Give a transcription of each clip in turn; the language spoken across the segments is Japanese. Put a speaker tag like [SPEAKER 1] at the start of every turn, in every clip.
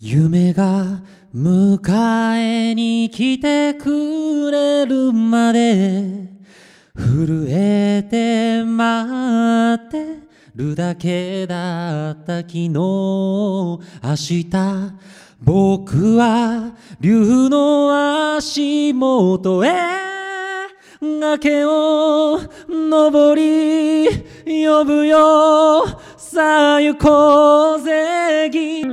[SPEAKER 1] 夢が迎えに来てくれるまで震えて待ってるだけだった昨日明日僕は竜の足元へ崖を登り呼ぶよさあ行こうぜぎ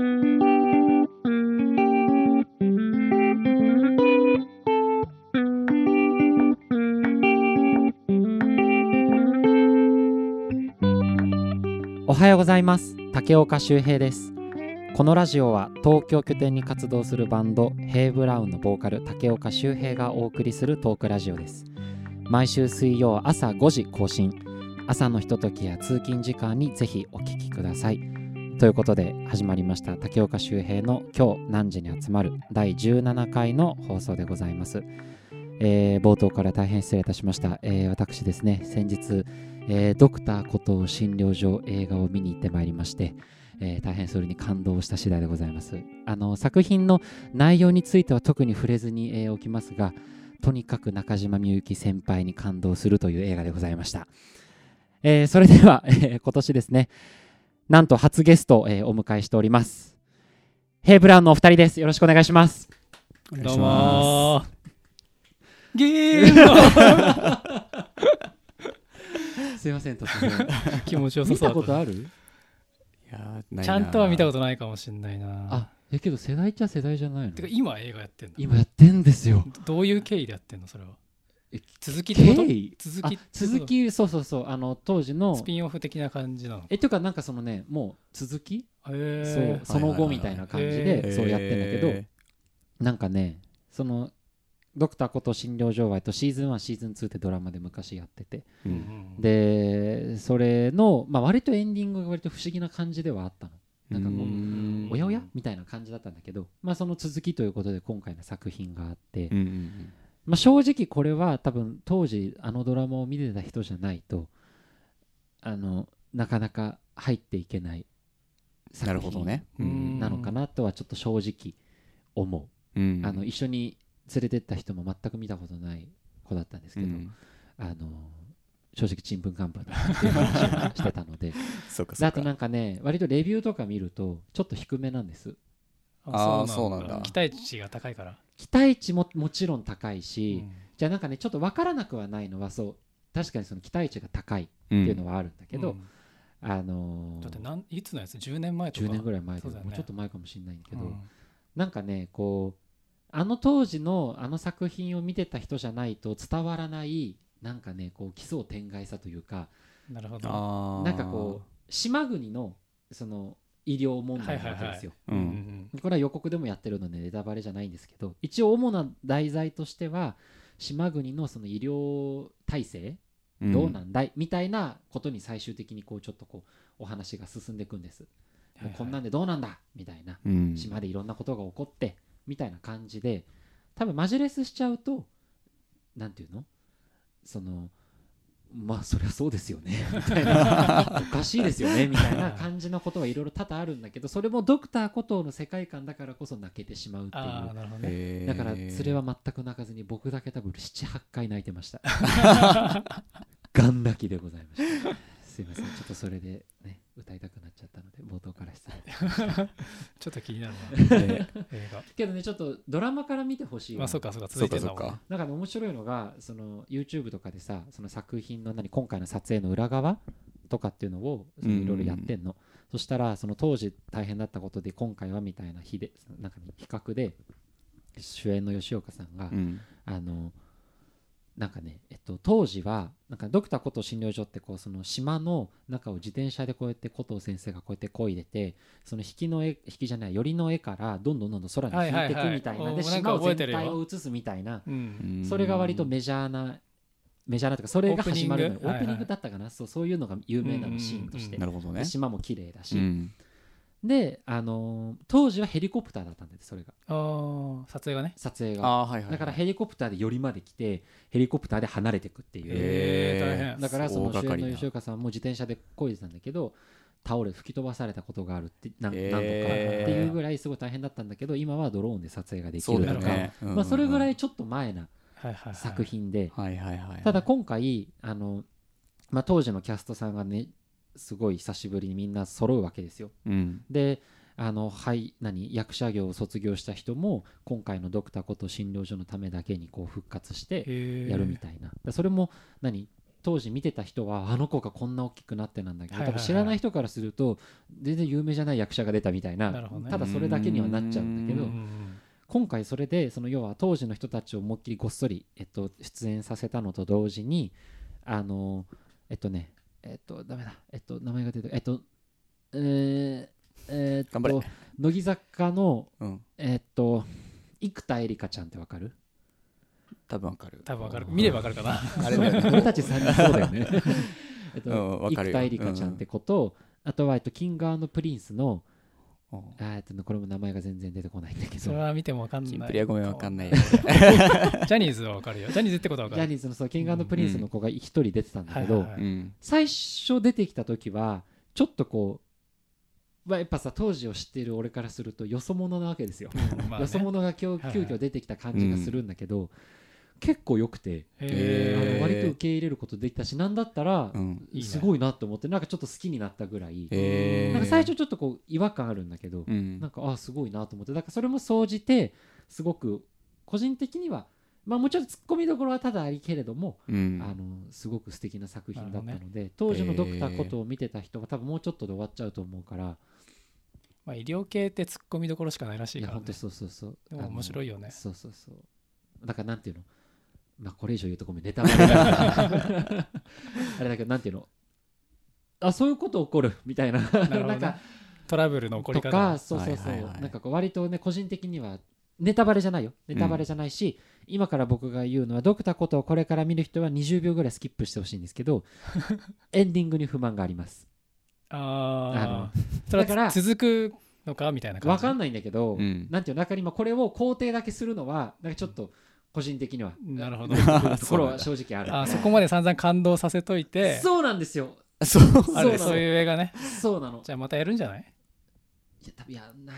[SPEAKER 1] おはようございます竹岡修平ですこのラジオは東京拠点に活動するバンドヘイブラウンのボーカル竹岡修平がお送りするトークラジオです毎週水曜朝5時更新朝のひとときや通勤時間にぜひお聞きくださいということで始まりました竹岡修平の今日何時に集まる第17回の放送でございます、えー冒頭から大変失礼いたしました、えー私ですね先日えードクターこと診療所映画を見に行ってまいりまして、えー大変それに感動した次第でございますあの作品の内容については特に触れずに、えーおきますがとにかく中島みゆき先輩に感動するという映画でございました、えーそれでは、 えー今年ですねなんと初ゲストを、えーお迎えしておりますヘイブラウンのお二人ですよろしくお願いします
[SPEAKER 2] お願い
[SPEAKER 3] ど
[SPEAKER 2] し
[SPEAKER 3] うも
[SPEAKER 2] ま
[SPEAKER 3] ーゲーム
[SPEAKER 1] すいません突然
[SPEAKER 3] 気持ちよ さ
[SPEAKER 1] 見
[SPEAKER 3] そ
[SPEAKER 1] た
[SPEAKER 3] うだ
[SPEAKER 1] ことある
[SPEAKER 2] すいやーないなー
[SPEAKER 3] ちゃんとは見たことないかもしんないな
[SPEAKER 1] あえけど世代っちゃ世代じゃないの
[SPEAKER 3] てか今映画やってんの
[SPEAKER 1] 今やってんですよ
[SPEAKER 3] どういう経緯でやってんのそれは
[SPEAKER 1] え
[SPEAKER 3] 続きってこと
[SPEAKER 1] 経緯
[SPEAKER 3] 続
[SPEAKER 1] あ
[SPEAKER 3] き
[SPEAKER 1] 続
[SPEAKER 3] って
[SPEAKER 1] きそうそうそうあの当時
[SPEAKER 3] こと
[SPEAKER 1] の
[SPEAKER 3] スピンオフ的な感じなの
[SPEAKER 1] えというかなんかそのねもう続き、
[SPEAKER 3] へ
[SPEAKER 1] そうその後
[SPEAKER 2] はいはいはい
[SPEAKER 1] みたいな感じ
[SPEAKER 3] へ
[SPEAKER 1] でそうやってんだけど、
[SPEAKER 2] え
[SPEAKER 1] なんかねそのドクターこと診療場外とシーズン1シーズン2ってドラマで昔やってて
[SPEAKER 2] ー
[SPEAKER 3] え
[SPEAKER 2] うん
[SPEAKER 1] でそれの、まあ、割とエンディングが割と不思議な感じではあったのなんかこう
[SPEAKER 2] うん
[SPEAKER 1] おやおやみたいな感じだったんだけど、まあ、その続きということで今回の作品があって、
[SPEAKER 2] うんうん
[SPEAKER 1] まあ、正直これは多分当時あのドラマを見てた人じゃないとあのなかなか入っていけない
[SPEAKER 2] うんな
[SPEAKER 1] 作
[SPEAKER 2] るほど
[SPEAKER 1] 品
[SPEAKER 2] ね、
[SPEAKER 3] うん
[SPEAKER 1] なのかなとはちょっと正直思
[SPEAKER 2] うん
[SPEAKER 1] う、あの一緒に連れてった人も全く見たことない子だったんですけど、
[SPEAKER 2] うん
[SPEAKER 1] あの正直ちんぷんかんぷんだなっていう話 をしてたので
[SPEAKER 2] そうかそ
[SPEAKER 1] だ
[SPEAKER 2] う
[SPEAKER 1] と
[SPEAKER 2] か
[SPEAKER 1] なんかね割とレビューとか見るとちょっと低めなんです
[SPEAKER 2] あーそうなんだ
[SPEAKER 3] 期待値が高いから
[SPEAKER 1] 期待値ももちろん高いし、
[SPEAKER 3] うん
[SPEAKER 1] じゃあなんかねちょっと分からなくはないのはそう確かにその期待値が高いっていうのはあるんだけど、
[SPEAKER 3] うん
[SPEAKER 1] あのー
[SPEAKER 3] だってなんいつのやつ10年前とか
[SPEAKER 1] 10年ぐらい前で、
[SPEAKER 3] そうだよね
[SPEAKER 1] もうちょっと前かもしれないんだけど、
[SPEAKER 3] うん
[SPEAKER 1] なんかねこうあの当時のあの作品を見てた人じゃないと伝わらないなんかねこう奇想天外さというか
[SPEAKER 3] なるほど
[SPEAKER 2] あー
[SPEAKER 1] なんかこう島国のその医療問題なわけですよ、
[SPEAKER 2] う
[SPEAKER 3] うんん
[SPEAKER 1] これは予告でもやってるのでネタバレじゃないんですけど一応主な題材としては島国のその医療体制
[SPEAKER 2] ん
[SPEAKER 1] どうなんだい、みたいなことに最終的にこうちょっとこうお話が進んでいくんです、
[SPEAKER 3] はいはい
[SPEAKER 1] もうこんなんでどうなんだみたいな
[SPEAKER 2] うん
[SPEAKER 1] 島でいろんなことが起こってみたいな感じで多分マジレスしちゃうとなんていうのそのまあそりゃそうですよねみたいなおかしいですよねみたいな感じのことはいろいろ多々あるんだけどそれもドクターコトーの世界観だからこそ泣けてしまうってい
[SPEAKER 3] ああ
[SPEAKER 1] う
[SPEAKER 3] なるほどね
[SPEAKER 2] えー
[SPEAKER 1] だからそれは全く泣かずに僕だけ多分78回泣いてましたガン泣きでございましたすいませんちょっとそれでね歌いたくなっちゃったので冒頭から失礼
[SPEAKER 3] ちょっと気になる
[SPEAKER 2] えー
[SPEAKER 3] な映画
[SPEAKER 1] けどねちょっとドラマから見てほしいわ
[SPEAKER 3] まあそうかそうか
[SPEAKER 2] そ
[SPEAKER 3] 続
[SPEAKER 2] う
[SPEAKER 3] いて
[SPEAKER 2] か
[SPEAKER 3] ん
[SPEAKER 2] そ
[SPEAKER 3] だ
[SPEAKER 2] う
[SPEAKER 3] もんね
[SPEAKER 2] か
[SPEAKER 1] なんかね面白いのがその YouTube とかでさその作品の何今回の撮影の裏側とかっていうのをその
[SPEAKER 2] うんうんうん
[SPEAKER 1] いろいろやってんの、そしたらその当時大変だったことで今回はみたいな日でなんか比較で主演の吉岡さんが、
[SPEAKER 2] うん
[SPEAKER 1] あのなんかね、えっと、当時はなんかドクターコトー診療所ってこうその島の中を自転車でこうやってコトー先生がこうやって漕いでてその引きの絵引きじゃない寄りの絵からどんどんどんどん空に引いていくみたいな、
[SPEAKER 3] はいはいは
[SPEAKER 1] で
[SPEAKER 3] いおなん
[SPEAKER 1] 島
[SPEAKER 3] か
[SPEAKER 1] を
[SPEAKER 3] 覚え
[SPEAKER 1] 全
[SPEAKER 3] てるよ
[SPEAKER 1] 体を映すみたいな
[SPEAKER 3] う
[SPEAKER 2] うんん
[SPEAKER 1] それが割とメジャーなメジャーなというかそれが始まるのよオ
[SPEAKER 3] オープニング
[SPEAKER 1] ープニング
[SPEAKER 3] はいはい
[SPEAKER 1] だったかなそうそういうのが有名なのシーンとして
[SPEAKER 2] なるほどね
[SPEAKER 1] で島も綺麗だ
[SPEAKER 2] う
[SPEAKER 1] し
[SPEAKER 2] ん
[SPEAKER 1] であのー当時はヘリコプターだったんですそれが
[SPEAKER 3] ああ撮影がね
[SPEAKER 1] 撮影が
[SPEAKER 2] あーはいはいはい
[SPEAKER 1] だからヘリコプターで寄りまで来てヘリコプターで離れていくっていう、
[SPEAKER 3] へー
[SPEAKER 2] えー
[SPEAKER 3] 大変
[SPEAKER 1] だからその
[SPEAKER 2] 大
[SPEAKER 1] 主
[SPEAKER 2] 掛か
[SPEAKER 1] 演
[SPEAKER 2] り
[SPEAKER 1] の
[SPEAKER 2] な
[SPEAKER 1] 吉岡さんも自転車で漕いでたんだけど倒れ吹き飛ばされたことがあるってなん何度かって
[SPEAKER 2] えー
[SPEAKER 1] いうぐららいすごい大変だったんだけど今はドローンで撮影ができ
[SPEAKER 2] そ
[SPEAKER 1] る
[SPEAKER 2] うだ
[SPEAKER 1] と
[SPEAKER 2] よ
[SPEAKER 1] か、
[SPEAKER 2] ね。うんうんうん
[SPEAKER 1] まあ、それぐらい。ちょっと前な
[SPEAKER 3] はいはいはい
[SPEAKER 1] 作品で、
[SPEAKER 2] はいはいはい。
[SPEAKER 1] ただ今回あの、まあ、当時のキャストさんがねすごい久しぶりにみんな揃うわけですよ
[SPEAKER 2] うん。
[SPEAKER 1] であのはい何役者業を卒業した人も今回の「ドクターこと診療所」のためだけにこう復活してや
[SPEAKER 3] や
[SPEAKER 1] るみたいな、でそれも何当時見てた人はあの子がこんな大きくなってなんだけど、
[SPEAKER 3] はいはいはい
[SPEAKER 1] 多分知らない人からすると全然有名じゃない役者が出たみたいな
[SPEAKER 3] なるほどね
[SPEAKER 1] ただそれだけにはなっちゃうんだけど
[SPEAKER 2] うん
[SPEAKER 1] 今回それでその要は当時の人たちを思いっきりごっそり、えっと、出演させたのと同時にあのえっとねえっとダメだえっと名前が出てえっとえーえーっと
[SPEAKER 2] 頑張れ
[SPEAKER 1] 乃木坂の
[SPEAKER 2] うん。
[SPEAKER 1] えっと生田絵梨花ちゃんってわかる
[SPEAKER 2] 多分わかる。
[SPEAKER 3] 多分わかる見ればわかるかな
[SPEAKER 2] あれだよね。
[SPEAKER 1] 俺たち3人そうだよ ねえっと、
[SPEAKER 2] うんわかる
[SPEAKER 1] 生
[SPEAKER 2] よ
[SPEAKER 1] 田絵梨花ちゃんってこと、あとは、えっと、キングプリンスの
[SPEAKER 2] うん
[SPEAKER 1] あーえっとねこれも名前が全然出てこないんだけ
[SPEAKER 3] そ
[SPEAKER 1] ど
[SPEAKER 3] れは見てもわかんない
[SPEAKER 2] キンプリはごめんわかんないよ。
[SPEAKER 3] ジャニーズはわかるよジャニーズってことはわ
[SPEAKER 1] ジ
[SPEAKER 3] か
[SPEAKER 1] ャ
[SPEAKER 3] る
[SPEAKER 1] ニーズのそうキングプリンスの子が一人出てたんだけど、
[SPEAKER 3] はいはいはい
[SPEAKER 2] うん。
[SPEAKER 1] 最初出てきた時はちょっとこう、まあ、やっぱさ当時を知っている俺からするとよそ者なわけですよ、
[SPEAKER 3] うんまあね
[SPEAKER 1] よそ者が今
[SPEAKER 3] はい
[SPEAKER 1] 日急遽出てきた感じがするんだけど、結構良くて、
[SPEAKER 2] へ
[SPEAKER 1] あ
[SPEAKER 2] ー
[SPEAKER 1] の割と受け入れることできたしなんだったら、
[SPEAKER 2] うん。
[SPEAKER 3] いいね
[SPEAKER 1] すごいなと思ってなんかちょっと好きになったぐらい、
[SPEAKER 2] へー
[SPEAKER 1] なんか最初ちょっとこう違和感あるんだけど、
[SPEAKER 2] うん
[SPEAKER 1] なん。かあすごいなと思ってだからそれも総じてすごく個人的にはまあもちろんツッコミどころはただありけれども、
[SPEAKER 2] うん
[SPEAKER 1] あのすごく素敵な作品だった
[SPEAKER 3] なる
[SPEAKER 1] ので、当時のドクターことを見てた人が多分もうちょっとで終わっちゃうと思うから、
[SPEAKER 3] まあ医療系って突っ込みどころしかないらし
[SPEAKER 1] い
[SPEAKER 3] い
[SPEAKER 1] や
[SPEAKER 3] から
[SPEAKER 1] 本当
[SPEAKER 3] ね
[SPEAKER 1] そうそうそう
[SPEAKER 3] でも面白いよ
[SPEAKER 1] あの
[SPEAKER 3] ね
[SPEAKER 1] そうそうそうだからなんていうのまあこれ以上言うとごめんネタバレだから あれだけどなんていうのあそういうこと起こるみたいなな
[SPEAKER 3] ほどね
[SPEAKER 1] んか
[SPEAKER 3] トラブルの起こり
[SPEAKER 1] と
[SPEAKER 3] 方
[SPEAKER 1] かそうそうそう、
[SPEAKER 2] はいはいはい
[SPEAKER 1] なんかこう割とね個人的にはネタバレじゃないよネタバレじゃないし、今から僕が言うのはドクターことをこれから見る人は20秒ぐらいスキップしてほしいんですけ どエンディングに不満があります
[SPEAKER 3] ああそ
[SPEAKER 1] だ
[SPEAKER 3] れ
[SPEAKER 1] から
[SPEAKER 3] は続くのかみたいな感
[SPEAKER 1] わ
[SPEAKER 3] じ
[SPEAKER 1] かんないんだけど、
[SPEAKER 2] うん
[SPEAKER 1] なんていうのなんか今これを肯定だけするのはなんかちょっと個人的には、
[SPEAKER 3] なるほど
[SPEAKER 1] ところは正直ある
[SPEAKER 3] あーそこまで散々感動させといて
[SPEAKER 1] そうなんですよ
[SPEAKER 2] そう。
[SPEAKER 3] あ
[SPEAKER 1] そうなの
[SPEAKER 3] るそういう映画ね
[SPEAKER 1] そうなの
[SPEAKER 3] じゃあまたやるんじゃない
[SPEAKER 1] いや多分やんな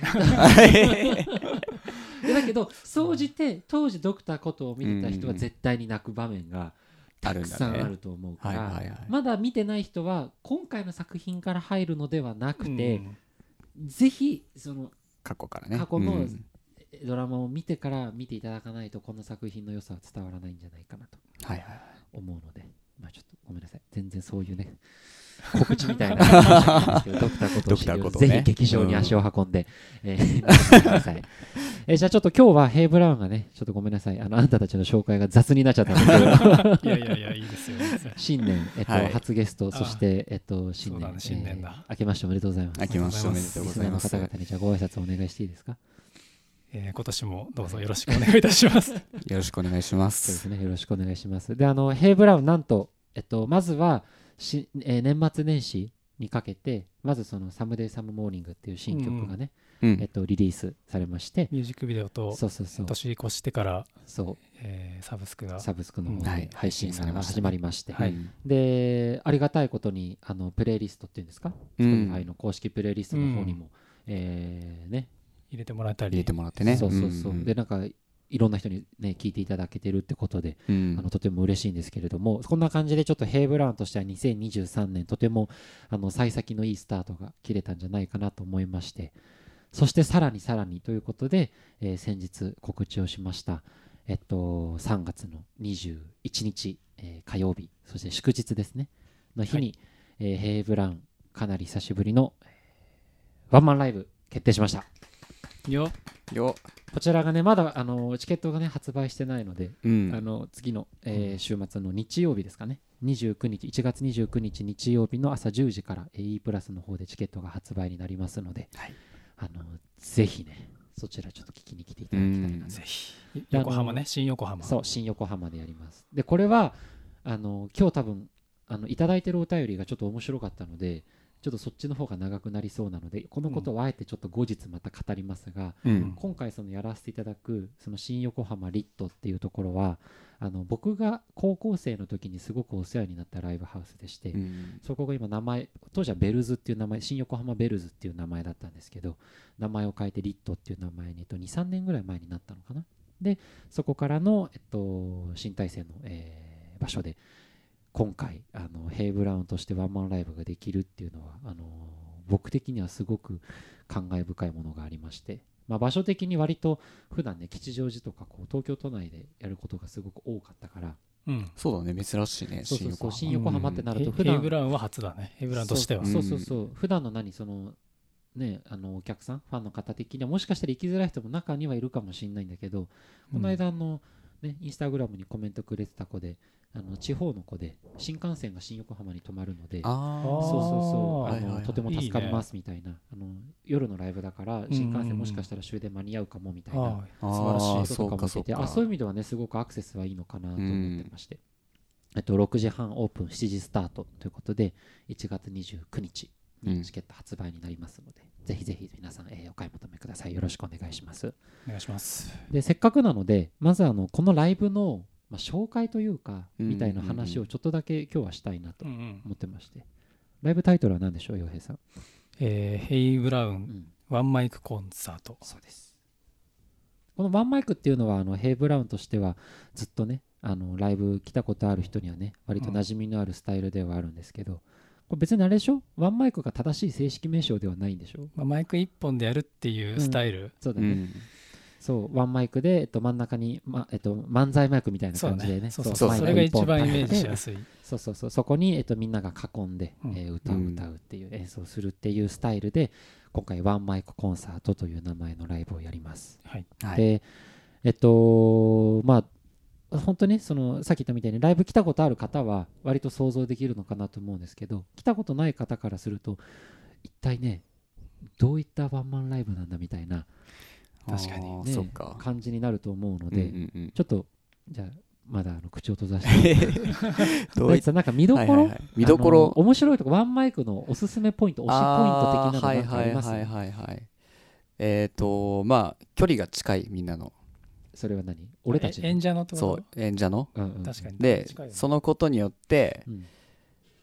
[SPEAKER 1] いいやだけど総じて当時ドクターことを見てた人は絶対に泣く場面が
[SPEAKER 2] あ
[SPEAKER 1] た
[SPEAKER 2] るん
[SPEAKER 1] く
[SPEAKER 2] だね
[SPEAKER 1] さんあると思うか
[SPEAKER 2] はい
[SPEAKER 1] ら
[SPEAKER 2] はいはい
[SPEAKER 1] まだ見てない人は今回の作品から入るのではなく
[SPEAKER 3] う
[SPEAKER 1] て、
[SPEAKER 3] ん
[SPEAKER 1] ぜひその
[SPEAKER 2] 過去からね。
[SPEAKER 1] 過去の
[SPEAKER 2] うん
[SPEAKER 1] ドラマを見てから見ていただかないとこの作品の良さは伝わらないんじゃないかなと
[SPEAKER 2] はいはい。
[SPEAKER 1] 思うので、まあ、ちょっとごめんなさい全然そういう ね告知みたいな話なんですけどドクターことを知り
[SPEAKER 2] ドクターこと
[SPEAKER 1] ぜ
[SPEAKER 2] ね
[SPEAKER 1] ひ劇場に足を運んで、えー見てください えーじゃあちょっと今日はヘイブラウンがねちょっとごめんなさいあのあなたたちの紹介が雑になっちゃったんです けど
[SPEAKER 3] いやいやいやいいですよいいですよ
[SPEAKER 1] 新年、えっと
[SPEAKER 2] はい
[SPEAKER 1] 初ゲスト
[SPEAKER 3] あー
[SPEAKER 1] そして、えっと、新
[SPEAKER 3] そ
[SPEAKER 1] 年
[SPEAKER 3] うだね新年だ
[SPEAKER 1] えー明けましておめでとうございます
[SPEAKER 2] 明けましておめでとう
[SPEAKER 1] リ
[SPEAKER 2] ご
[SPEAKER 1] ス
[SPEAKER 2] ざ
[SPEAKER 1] ナー
[SPEAKER 2] い
[SPEAKER 1] の
[SPEAKER 2] ます
[SPEAKER 1] 方。々にじゃあご挨拶お願いしていいですか
[SPEAKER 3] えー今年もどうぞよろしくお願いいたしま す
[SPEAKER 2] よろしくお願いしま。
[SPEAKER 1] そうですすね、よろしくお願いします。で、あの、ヘイブラウン、なんと、えっと、まずはし、えー年末年始にかけて、まずその、サムデイ・サム・モーニングっていう新曲がね、
[SPEAKER 2] う
[SPEAKER 1] えっ
[SPEAKER 2] ん。
[SPEAKER 1] と、リリースされまして、
[SPEAKER 3] ミュージックビデオと
[SPEAKER 1] そうそうそう、
[SPEAKER 3] 年越してから、
[SPEAKER 1] そ
[SPEAKER 3] えーサブスク
[SPEAKER 1] う、
[SPEAKER 3] が
[SPEAKER 1] サブスクの方
[SPEAKER 3] うんは
[SPEAKER 1] で
[SPEAKER 2] い
[SPEAKER 1] 配信が始まりまして、
[SPEAKER 3] はい
[SPEAKER 2] うん
[SPEAKER 1] で、ありがたいことに、あの、プレイリストっていうんですか、
[SPEAKER 2] うん
[SPEAKER 1] Spotify の公式プレイリストの方にも、えーね、
[SPEAKER 3] 入れてもらった
[SPEAKER 2] 入れ
[SPEAKER 3] り
[SPEAKER 2] てもらってね。
[SPEAKER 1] そうそうそう、
[SPEAKER 2] ん
[SPEAKER 1] で、なんか、いろんな人にね、聞いていただけてるってことで、
[SPEAKER 2] うん
[SPEAKER 1] あのとても嬉しいんですけれども、こんな感じでちょっとヘイブラウンとしては2023年とてもあの幸先のいいスタートが切れたんじゃないかなと思いましてそしてさらにさらにということで、えー先日告知をしました、えっと、3月の21日、えー火曜日そして祝日ですねの日に、えーヘイブラウンかなり久しぶりのえーワンマンライブ決定しました
[SPEAKER 3] よ
[SPEAKER 2] よ。
[SPEAKER 1] こちらがねまだあのチケットがね発売してないので
[SPEAKER 2] うん
[SPEAKER 1] あの次の、えー週末の日曜日ですかね29日1月29日日曜日の朝10時からえー E プラスの方でチケットが発売になりますので、
[SPEAKER 2] はい
[SPEAKER 1] あのぜひねそちらちょっと聞きに来ていただきたいな
[SPEAKER 2] うん
[SPEAKER 1] と
[SPEAKER 3] ぜひ横浜ね新横浜
[SPEAKER 1] そう新横浜でやりますでこれはあの今日多分あのいただいてるお便りがちょっと面白かったのでちょっとそっちの方が長くなりそうなのでこのことはあえてちょっと後日また語りますが、
[SPEAKER 2] うん。
[SPEAKER 1] 今回そのやらせていただくその新横浜リットっていうところはあの僕が高校生の時にすごくお世話になったライブハウスでして、
[SPEAKER 2] うん。
[SPEAKER 1] そこが今名前当時はベルズっていう名前新横浜ベルズっていう名前だったんですけど名前を変えてリットっていう名前に、えっと、23年ぐらい前になったのかなでそこからの、えっと、新体制の、えー場所で今回あのヘイ・ブラウンとしてワンマンライブができるっていうのはあの僕的にはすごく感慨深いものがありまして、まあ、場所的に割と普段ね吉祥寺とかこう東京都内でやることがすごく多かったから
[SPEAKER 3] うん。
[SPEAKER 2] そうだね、珍しいね、
[SPEAKER 1] そうそうそう
[SPEAKER 2] 新
[SPEAKER 1] 新
[SPEAKER 2] 横
[SPEAKER 1] 横
[SPEAKER 2] 浜
[SPEAKER 1] 浜
[SPEAKER 2] う
[SPEAKER 1] っ
[SPEAKER 2] ん
[SPEAKER 1] てな
[SPEAKER 3] ヘ
[SPEAKER 1] る
[SPEAKER 3] イ
[SPEAKER 1] と普
[SPEAKER 3] ヘイ
[SPEAKER 1] 段
[SPEAKER 3] ブラウンは初だね。ヘイブラウンとしては。
[SPEAKER 1] そう
[SPEAKER 2] うん
[SPEAKER 1] そうそうそう普段の何そのねあのお客さんファンの方的にはもしかしたら行きづらい人も中にはいるかもしれないんだけどこの間あの、ね、インスタグラムにコメントくれてた子であの地方の子で新幹線が新横浜に止まるので
[SPEAKER 2] あ
[SPEAKER 1] そう
[SPEAKER 2] あ、
[SPEAKER 1] そうそうあ
[SPEAKER 2] あー
[SPEAKER 1] の、
[SPEAKER 2] はいはいはい
[SPEAKER 1] とても助かりますみたいなあの夜のライブだから新
[SPEAKER 3] うん
[SPEAKER 1] 幹
[SPEAKER 3] うんうん
[SPEAKER 1] 線もしかしたら終電間に合うかもみたいな、
[SPEAKER 3] ああ、
[SPEAKER 2] あ
[SPEAKER 3] 素晴
[SPEAKER 2] ー
[SPEAKER 3] らしい。
[SPEAKER 1] そうとかも出て
[SPEAKER 2] そうかそうか
[SPEAKER 1] あそういう意味ではねすごくアクセスはいいのかなと思ってまして、えっと、6時半オープン7時スタートということで1月29日
[SPEAKER 2] うん
[SPEAKER 1] にチケット発売になりますので、ぜひぜひ皆さん、えーお買い求めくださいよろしくお願いします
[SPEAKER 3] お願いします。
[SPEAKER 1] でせっかくなのでまずあのこのライブの、まあ、紹介というか
[SPEAKER 2] うん
[SPEAKER 1] みたいな話をちょっとだけ今日はしたいなと
[SPEAKER 3] うんうん。
[SPEAKER 1] 思ってまして、ライブタイトルは何でしょう洋平さん、
[SPEAKER 3] えーヘイブラウ
[SPEAKER 1] う
[SPEAKER 3] ン
[SPEAKER 1] ん、
[SPEAKER 3] ワンマイクコンサート。
[SPEAKER 1] そうですこのワンマイクっていうのはあのヘイ・ブラウンとしてはずっとねあのライブ来たことある人にはね割と馴染みのあるスタイルではあるんですけど、これ別にあれでしょワンマイクが正しい正式名称ではないんでしょ
[SPEAKER 3] まあマイク一本でやるっていうスタイル。
[SPEAKER 1] そうだ
[SPEAKER 2] う
[SPEAKER 1] ね、
[SPEAKER 2] ん。
[SPEAKER 1] そうワンマイクで、えっと、真ん中に、まえっと、漫才マイクみたいな
[SPEAKER 3] そう
[SPEAKER 1] 感
[SPEAKER 3] だ
[SPEAKER 1] じでね
[SPEAKER 3] ね。そうそう
[SPEAKER 2] そ
[SPEAKER 1] マ
[SPEAKER 3] そう。
[SPEAKER 2] う
[SPEAKER 1] イ
[SPEAKER 3] そ
[SPEAKER 1] ク
[SPEAKER 3] れが
[SPEAKER 1] 一本
[SPEAKER 3] 一番イメージ
[SPEAKER 1] 立て
[SPEAKER 3] し
[SPEAKER 1] て
[SPEAKER 3] やすい。
[SPEAKER 1] そうそうそうそこに、えっと、みんなが囲んで、
[SPEAKER 3] うん
[SPEAKER 1] えー歌を歌うっていう、演奏するっていうスタイルで今回ワンマイクコンサートという名前のライブをやります
[SPEAKER 3] はい。
[SPEAKER 2] はい。
[SPEAKER 1] で、えっと、まあ、本当ね、そのさっき言ったみたいにライブ来たことある方は割と想像できるのかなと思うんですけど来たことない方からすると一体ねどういったワンマンライブなんだみたいな、
[SPEAKER 3] 確かに
[SPEAKER 2] あー
[SPEAKER 1] ね
[SPEAKER 2] そっか。
[SPEAKER 1] 感じになると思うので、
[SPEAKER 2] うんうん うん
[SPEAKER 1] ちょっとじゃあまだあの口を閉ざして
[SPEAKER 2] どう
[SPEAKER 1] 大
[SPEAKER 2] いっ
[SPEAKER 1] 地さんなんか見どころ、
[SPEAKER 2] はいはいはい見どころ
[SPEAKER 1] あの面白いとこワンマイクのおすすめポイント推しポイント的なのなんかあります、
[SPEAKER 2] あーはいはいはいはいはいえっ、とまあ距離が近いみんなの
[SPEAKER 1] それは何俺たち
[SPEAKER 3] え
[SPEAKER 1] の
[SPEAKER 3] 演者のところ
[SPEAKER 2] そう演者の
[SPEAKER 1] うんうん
[SPEAKER 3] 確かに。
[SPEAKER 2] で
[SPEAKER 3] 近いよね
[SPEAKER 2] そのことによって、
[SPEAKER 1] うん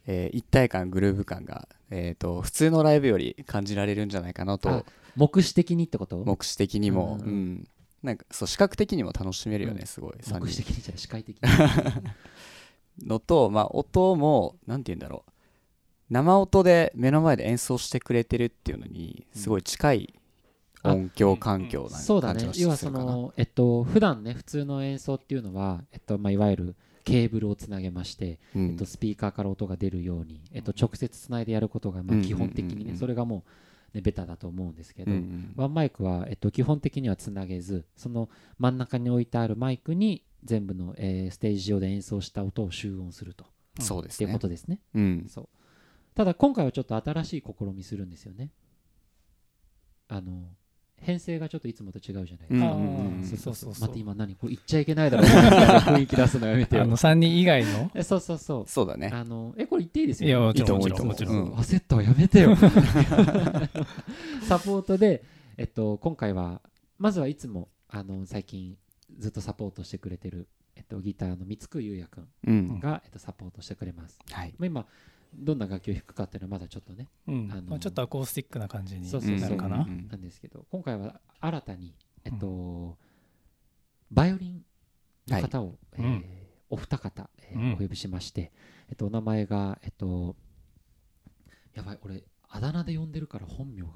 [SPEAKER 2] えー一体感グルーヴ感が、えー、と普通のライブより感じられるんじゃないかな
[SPEAKER 1] あ
[SPEAKER 2] と
[SPEAKER 1] 目視的にってこと
[SPEAKER 2] 目視的にも、
[SPEAKER 1] う
[SPEAKER 2] うんんなんかそう視覚的にも楽しめるよね、
[SPEAKER 1] うん
[SPEAKER 2] すごい三
[SPEAKER 1] 目視
[SPEAKER 2] 人
[SPEAKER 1] 的にじゃない視界的に
[SPEAKER 2] のと、まあ、音もなんて言うんだろう生音で目の前で演奏してくれてるっていうのにすごい近い
[SPEAKER 1] うん
[SPEAKER 2] 音響環境な
[SPEAKER 1] そうだ
[SPEAKER 2] 感じ
[SPEAKER 1] ね
[SPEAKER 2] がす
[SPEAKER 1] 要
[SPEAKER 2] る
[SPEAKER 1] はそ
[SPEAKER 2] かな。
[SPEAKER 1] のえっと普段ね普通の演奏っていうのは、えっとまあ、いわゆるケーブルをつなげまして、
[SPEAKER 2] うん
[SPEAKER 1] えっと、スピーカーから音が出るように、えっと、直接つないでやることがま
[SPEAKER 2] う
[SPEAKER 1] あ
[SPEAKER 2] んうんうんうん
[SPEAKER 1] 基本的にねそれがもう、ね、ベタだと思うんですけど、
[SPEAKER 2] うんうん
[SPEAKER 1] ワンマイクは、えっと、基本的にはつなげずその真ん中に置いてあるマイクに全部の、えーステージ上で演奏した音を集音すると
[SPEAKER 2] そうです
[SPEAKER 1] っていうこ
[SPEAKER 2] ね。
[SPEAKER 1] とですね
[SPEAKER 2] うん、
[SPEAKER 1] そうただ今回はちょっと新しい試みするんですよねあの編成がちょっといつもと違うじゃないです
[SPEAKER 2] うん
[SPEAKER 1] か、
[SPEAKER 3] あ
[SPEAKER 2] うんうんうん
[SPEAKER 3] ーそうそうそう
[SPEAKER 1] 待って今何これ言っちゃいけないだろう 雰囲気出すのやめて
[SPEAKER 3] あ
[SPEAKER 1] よ
[SPEAKER 3] の3人以外の
[SPEAKER 1] えそうそうそう
[SPEAKER 2] そうだね。
[SPEAKER 1] あのえこれ言っていいですよ
[SPEAKER 3] いやもちろん
[SPEAKER 2] い
[SPEAKER 3] も
[SPEAKER 2] い
[SPEAKER 3] ち
[SPEAKER 2] と
[SPEAKER 3] ろ
[SPEAKER 2] 思
[SPEAKER 3] ん
[SPEAKER 2] う
[SPEAKER 3] もちろ
[SPEAKER 2] いいと
[SPEAKER 3] ん
[SPEAKER 2] 思う
[SPEAKER 1] 焦ったわやめてよサポートで、えっと、今回はまずはいつもあの最近ずっとサポートしてくれてる、えっと、ギターの三久優也くん
[SPEAKER 2] うん、
[SPEAKER 1] が、えっと、サポートしてくれます、
[SPEAKER 2] はい。
[SPEAKER 1] まあ、今どんな楽器を弾くかっていうのはまだちょっとね
[SPEAKER 3] うん
[SPEAKER 1] あの
[SPEAKER 3] まあちょっとアコースティックな感じに
[SPEAKER 1] そうそうそう
[SPEAKER 3] なるかな
[SPEAKER 2] うん
[SPEAKER 1] なんですけど今回は新たに、えっと、バイオリンの方を、えー
[SPEAKER 3] うん
[SPEAKER 1] お二方、えー
[SPEAKER 3] うん
[SPEAKER 1] お呼びしまして、えっと、お名前が、えっと、やばい俺あだ名で呼んでるから本名が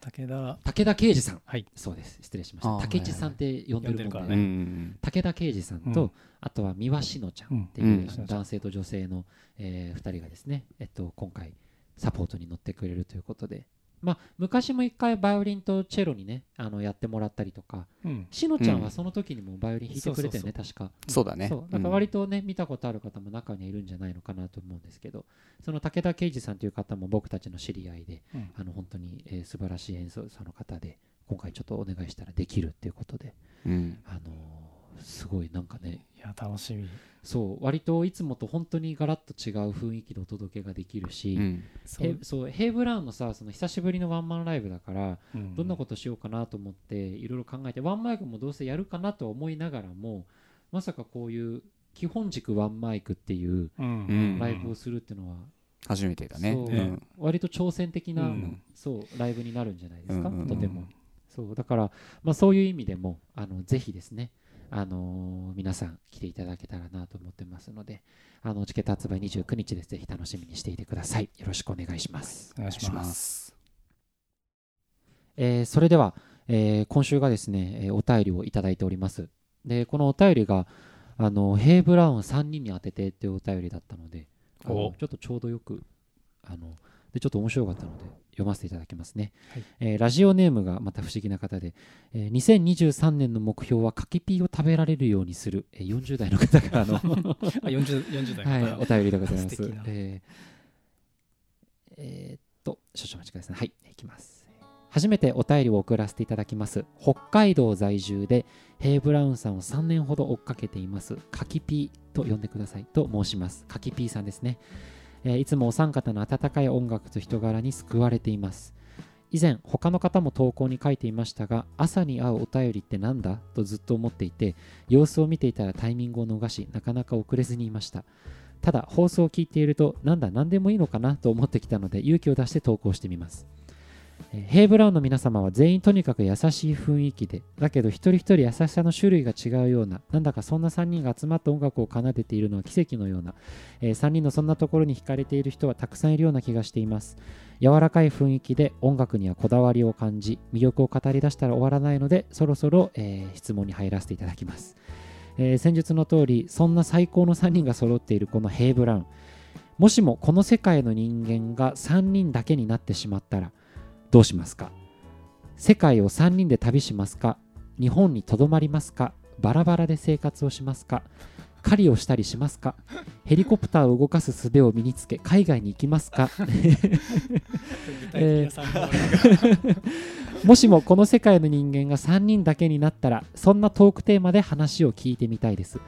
[SPEAKER 3] 武田
[SPEAKER 1] 武田啓二さん、
[SPEAKER 3] はい
[SPEAKER 1] そうです失礼しました
[SPEAKER 2] あー
[SPEAKER 1] 武一さんって呼んでるもんで、
[SPEAKER 3] はいはいはい呼んでるから
[SPEAKER 2] う
[SPEAKER 3] ね
[SPEAKER 2] んうん
[SPEAKER 1] 武田啓二さんと、
[SPEAKER 3] うん
[SPEAKER 1] あとは三輪しのちゃんっていう、
[SPEAKER 2] うん
[SPEAKER 1] あの男性と女性の、え2人がですね、えっと、今回サポートに乗ってくれるということで、まあ、昔も一回バイオリンとチェロにねあのやってもらったりとか
[SPEAKER 3] うん
[SPEAKER 1] しのちゃん
[SPEAKER 2] う
[SPEAKER 1] は
[SPEAKER 2] ん
[SPEAKER 1] その時にもバイオリン弾いてくれたよね、確か。
[SPEAKER 2] うんそうだね。
[SPEAKER 1] そうだから割とね、見たことある方も中にはいるんじゃないのかなと思うんですけどその武田圭司さんという方も僕たちの知り合いで、
[SPEAKER 3] うん
[SPEAKER 1] あの本当に、えー素晴らしい演奏者の方で今回ちょっとお願いしたらできるっていうことで、
[SPEAKER 2] うん
[SPEAKER 1] あのーすごいなんかね
[SPEAKER 3] いや楽しみ
[SPEAKER 1] そう割といつもと本当にガラッと違う雰囲気でお届けができるし、
[SPEAKER 2] うん
[SPEAKER 3] そ
[SPEAKER 1] ヘイそうヘイブラウンのさその久しぶりのワンマンライブだからどんなこととしようかなと思っていろいろ考えてワンマイクもどうせやるかなとは思いながらもまさかこういう基本軸ワンマイクっていう
[SPEAKER 3] うん
[SPEAKER 2] うん
[SPEAKER 1] ライブをするっていうのは、
[SPEAKER 2] 初めてだね
[SPEAKER 1] そう
[SPEAKER 2] うん
[SPEAKER 1] 割と挑戦的な、
[SPEAKER 3] うん
[SPEAKER 1] そうライブになるんじゃないですか、
[SPEAKER 2] うんうんうん
[SPEAKER 1] とてもそうだから、まあ、そういう意味でもあのぜひですね、あのー皆さん来ていただけたらなと思ってますのであのチケット発売29日ですぜひ楽しみにしていてくださいよろしくお願いします
[SPEAKER 3] お願いし
[SPEAKER 2] し
[SPEAKER 3] ま
[SPEAKER 2] ますす
[SPEAKER 1] えーそれでは、えー今週がですね、えーお便りをいただいております。で、このお便りが、あの、ヘイブラウン3人に当ててっていうお便りだったので、あの
[SPEAKER 3] お
[SPEAKER 1] ちょっとちょうどよく、あの、で、ちょっと面白かったので、読ませていただきますね。
[SPEAKER 3] はい
[SPEAKER 1] えーラジオネームがまた不思議な方で、えー2023年の目標は柿ピーを食べられるようにする、えー40代の方からの
[SPEAKER 3] あ40 40代
[SPEAKER 1] はい、お便りでございます。
[SPEAKER 3] 素敵な
[SPEAKER 1] えーえーっと、少々お待ちください。はい、いきます。初めてお便りを送らせていただきます。北海道在住で、ヘイブラウンさんを3年ほど追っかけています、カキピーと呼んでくださいと申します。カキピーさんですね。えーいつもお三方の温かい音楽と人柄に救われています。以前、他の方も投稿に書いていましたが、朝に会うお便りってなんだとずっと思っていて、様子を見ていたらタイミングを逃し、なかなか遅れずにいました。ただ放送を聞いているとなんだ何でもいいのかなと思ってきたので勇気を出して投稿してみます、えーヘイブラウンの皆様は全員とにかく優しい雰囲気でだけど一人一人優しさの種類が違うようななんだかそんな3人が集まって音楽を奏でているのは奇跡のような、え3人のそんなところに惹かれている人はたくさんいるような気がしています柔らかい雰囲気で音楽にはこだわりを感じ魅力を語り出したら終わらないのでそろそろ、えー質問に入らせていただきますえー先日の通りそんな最高の3人が揃っているこのヘイブラウンもしもこの世界の人間が3人だけになってしまったらどうしますか世界を3人で旅しますか日本にとどまりますかバラバラで生活をしますか狩りをしたりしますかヘリコプターを動かす術を身につけ海外に行きますか
[SPEAKER 3] 具体的な参考例が
[SPEAKER 1] もしもこの世界の人間が3人だけになったらそんなトークテーマで話を聞いてみたいです。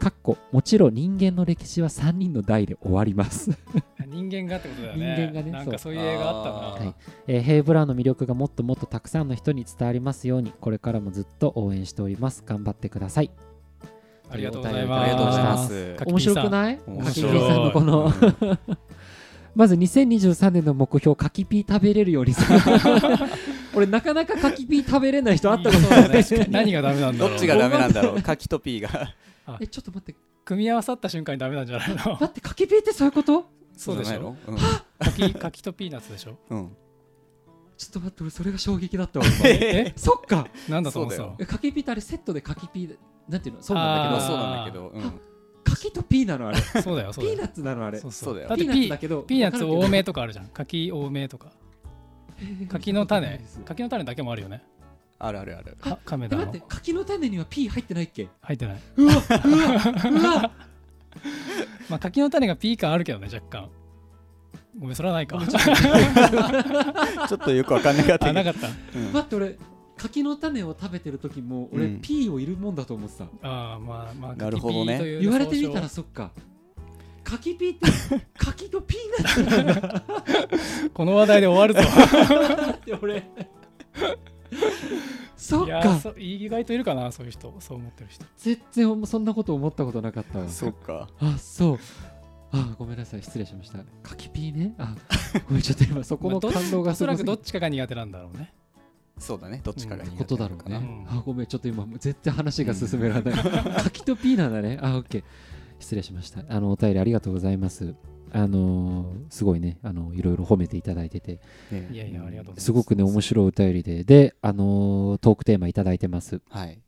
[SPEAKER 1] かっこもちろん人間の歴史は3人の代で終わります。
[SPEAKER 3] 人間がってことだよね
[SPEAKER 1] 人間がね
[SPEAKER 3] なんか
[SPEAKER 1] そ
[SPEAKER 3] そういう映画あった
[SPEAKER 1] は
[SPEAKER 3] ない
[SPEAKER 1] えーヘイブラウンの魅力がもっともっとたくさんの人に伝わりますようにこれからもずっと応援しております。頑張ってください。
[SPEAKER 3] ありがとうござい
[SPEAKER 1] あー
[SPEAKER 3] ます
[SPEAKER 2] ありがとうございます
[SPEAKER 3] かき
[SPEAKER 1] 面
[SPEAKER 3] ぴー
[SPEAKER 1] 白
[SPEAKER 3] さん
[SPEAKER 1] くない
[SPEAKER 2] 面
[SPEAKER 1] 柿
[SPEAKER 2] 白
[SPEAKER 1] ピ
[SPEAKER 2] い
[SPEAKER 1] ーさんのこのまず2023年の目標柿ピー食べれるよ りさ俺なかなか柿ピー食べれない人会ったことない
[SPEAKER 3] いいそうだね何がダメ なんだ
[SPEAKER 2] ど
[SPEAKER 3] ろ
[SPEAKER 2] っ
[SPEAKER 3] う
[SPEAKER 2] ちがダメなんだろう柿とピーが
[SPEAKER 1] えちょっと待って
[SPEAKER 3] 組み合わさった瞬間にダメなんじゃないの
[SPEAKER 1] 待って柿ピーってそういうこと
[SPEAKER 3] そうでし
[SPEAKER 2] じゃな い
[SPEAKER 3] ょ
[SPEAKER 2] のうん
[SPEAKER 3] 柿柿とピーナッツでしょ
[SPEAKER 2] うん
[SPEAKER 1] ちょっと待って俺それが衝撃だったわ
[SPEAKER 3] え
[SPEAKER 1] そっか
[SPEAKER 3] なんだと思って
[SPEAKER 2] そ
[SPEAKER 3] た
[SPEAKER 2] うだよ
[SPEAKER 3] の
[SPEAKER 1] え柿ピーってあれセットで柿ピーでなんていうのそうなん
[SPEAKER 2] まあ
[SPEAKER 1] だけ
[SPEAKER 2] そうなんだけどうん
[SPEAKER 1] ど柿とピーなのあれ
[SPEAKER 3] そうだよそ
[SPEAKER 1] ピ
[SPEAKER 3] う
[SPEAKER 1] ー
[SPEAKER 3] だよ
[SPEAKER 1] ナッツなのあれ
[SPEAKER 3] そう
[SPEAKER 2] そうだよ
[SPEAKER 3] だって
[SPEAKER 1] ピーナ
[SPEAKER 3] ピ
[SPEAKER 1] ッツ
[SPEAKER 3] ー
[SPEAKER 1] だけど
[SPEAKER 3] ピーナッツ多め
[SPEAKER 1] め
[SPEAKER 3] とかあるじゃん柿多めとか柿の種柿の種だけもあるよね
[SPEAKER 2] あるあるある
[SPEAKER 3] か亀
[SPEAKER 1] え
[SPEAKER 3] 田
[SPEAKER 1] 待っ
[SPEAKER 3] の
[SPEAKER 1] て柿の種にはピー入ってないっけ
[SPEAKER 3] 入ってない、
[SPEAKER 1] うわうわうわ
[SPEAKER 3] まあ、柿の種がピー感あるけどね若干ごめんそれはないか
[SPEAKER 2] ちょっとよくわかんなかった
[SPEAKER 3] あ
[SPEAKER 2] けど
[SPEAKER 3] なかった
[SPEAKER 2] うん
[SPEAKER 1] 待って俺柿の種を食べてる時も俺
[SPEAKER 2] うん
[SPEAKER 1] ピーをいるもんだと思ってた
[SPEAKER 3] ああまあまあ
[SPEAKER 2] なるほど
[SPEAKER 3] 柿ピー
[SPEAKER 2] ね
[SPEAKER 3] という
[SPEAKER 1] 言われてみたら
[SPEAKER 3] 総
[SPEAKER 1] そっか柿ピーって柿とピーナッツなんだ
[SPEAKER 3] 称この話題で終わるぞ
[SPEAKER 1] って 俺そっ
[SPEAKER 3] いや
[SPEAKER 1] か
[SPEAKER 3] そ意外といるかなそういう人そう思ってる人
[SPEAKER 1] 全然そんなこと思ったことなかったわ
[SPEAKER 2] そっか
[SPEAKER 1] あそうあごめんなさい失礼しました柿ピーねあごめんちょっと今そこの
[SPEAKER 3] まあどっ
[SPEAKER 1] 感動
[SPEAKER 3] お
[SPEAKER 1] がす
[SPEAKER 3] そ
[SPEAKER 1] ご
[SPEAKER 3] ら
[SPEAKER 1] す
[SPEAKER 3] く
[SPEAKER 1] ぎ
[SPEAKER 3] ど
[SPEAKER 1] る
[SPEAKER 3] っちかが苦手なんだろうね
[SPEAKER 2] そうだねどっちかが苦手
[SPEAKER 1] ことだろうね、
[SPEAKER 3] うん
[SPEAKER 1] あごめんちょっと今もう絶対話が進められない 柿とピーなんだねあオッケー失礼しましたあのお便りありがとうございますあのーすごいねあのいろいろ褒めていただいてて
[SPEAKER 2] ね
[SPEAKER 3] いやいやありがとうございます
[SPEAKER 1] すごくね面白いお便りでであのートークテーマいただいてます
[SPEAKER 2] はい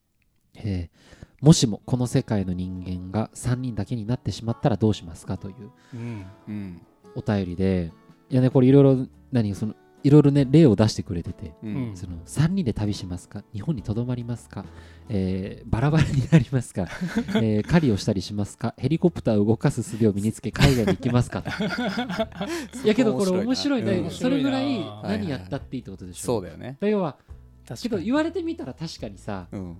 [SPEAKER 1] えーもしもこの世界の人間が3人だけになってしまったらどうしますかという
[SPEAKER 3] うん
[SPEAKER 2] うん
[SPEAKER 1] お便りでいやねこれいろいろ何そのいろいろね例を出してくれてて、
[SPEAKER 2] う
[SPEAKER 3] うん
[SPEAKER 1] その3人で旅しますか日本にとどまりますか、えーバラバラになりますか、えー狩りをしたりしますかヘリコプターを動かす術を身につけ海外に行きますかいやけどこれ面白いね、
[SPEAKER 3] うん面白
[SPEAKER 1] そ
[SPEAKER 3] いな
[SPEAKER 1] れぐらい
[SPEAKER 3] はい
[SPEAKER 2] はい
[SPEAKER 1] 何やったっていいってことでしょ、
[SPEAKER 2] そうだよね
[SPEAKER 1] 要は
[SPEAKER 3] 確
[SPEAKER 1] け
[SPEAKER 3] か
[SPEAKER 1] ど
[SPEAKER 3] に
[SPEAKER 1] 言われてみたら確かにさ
[SPEAKER 2] うん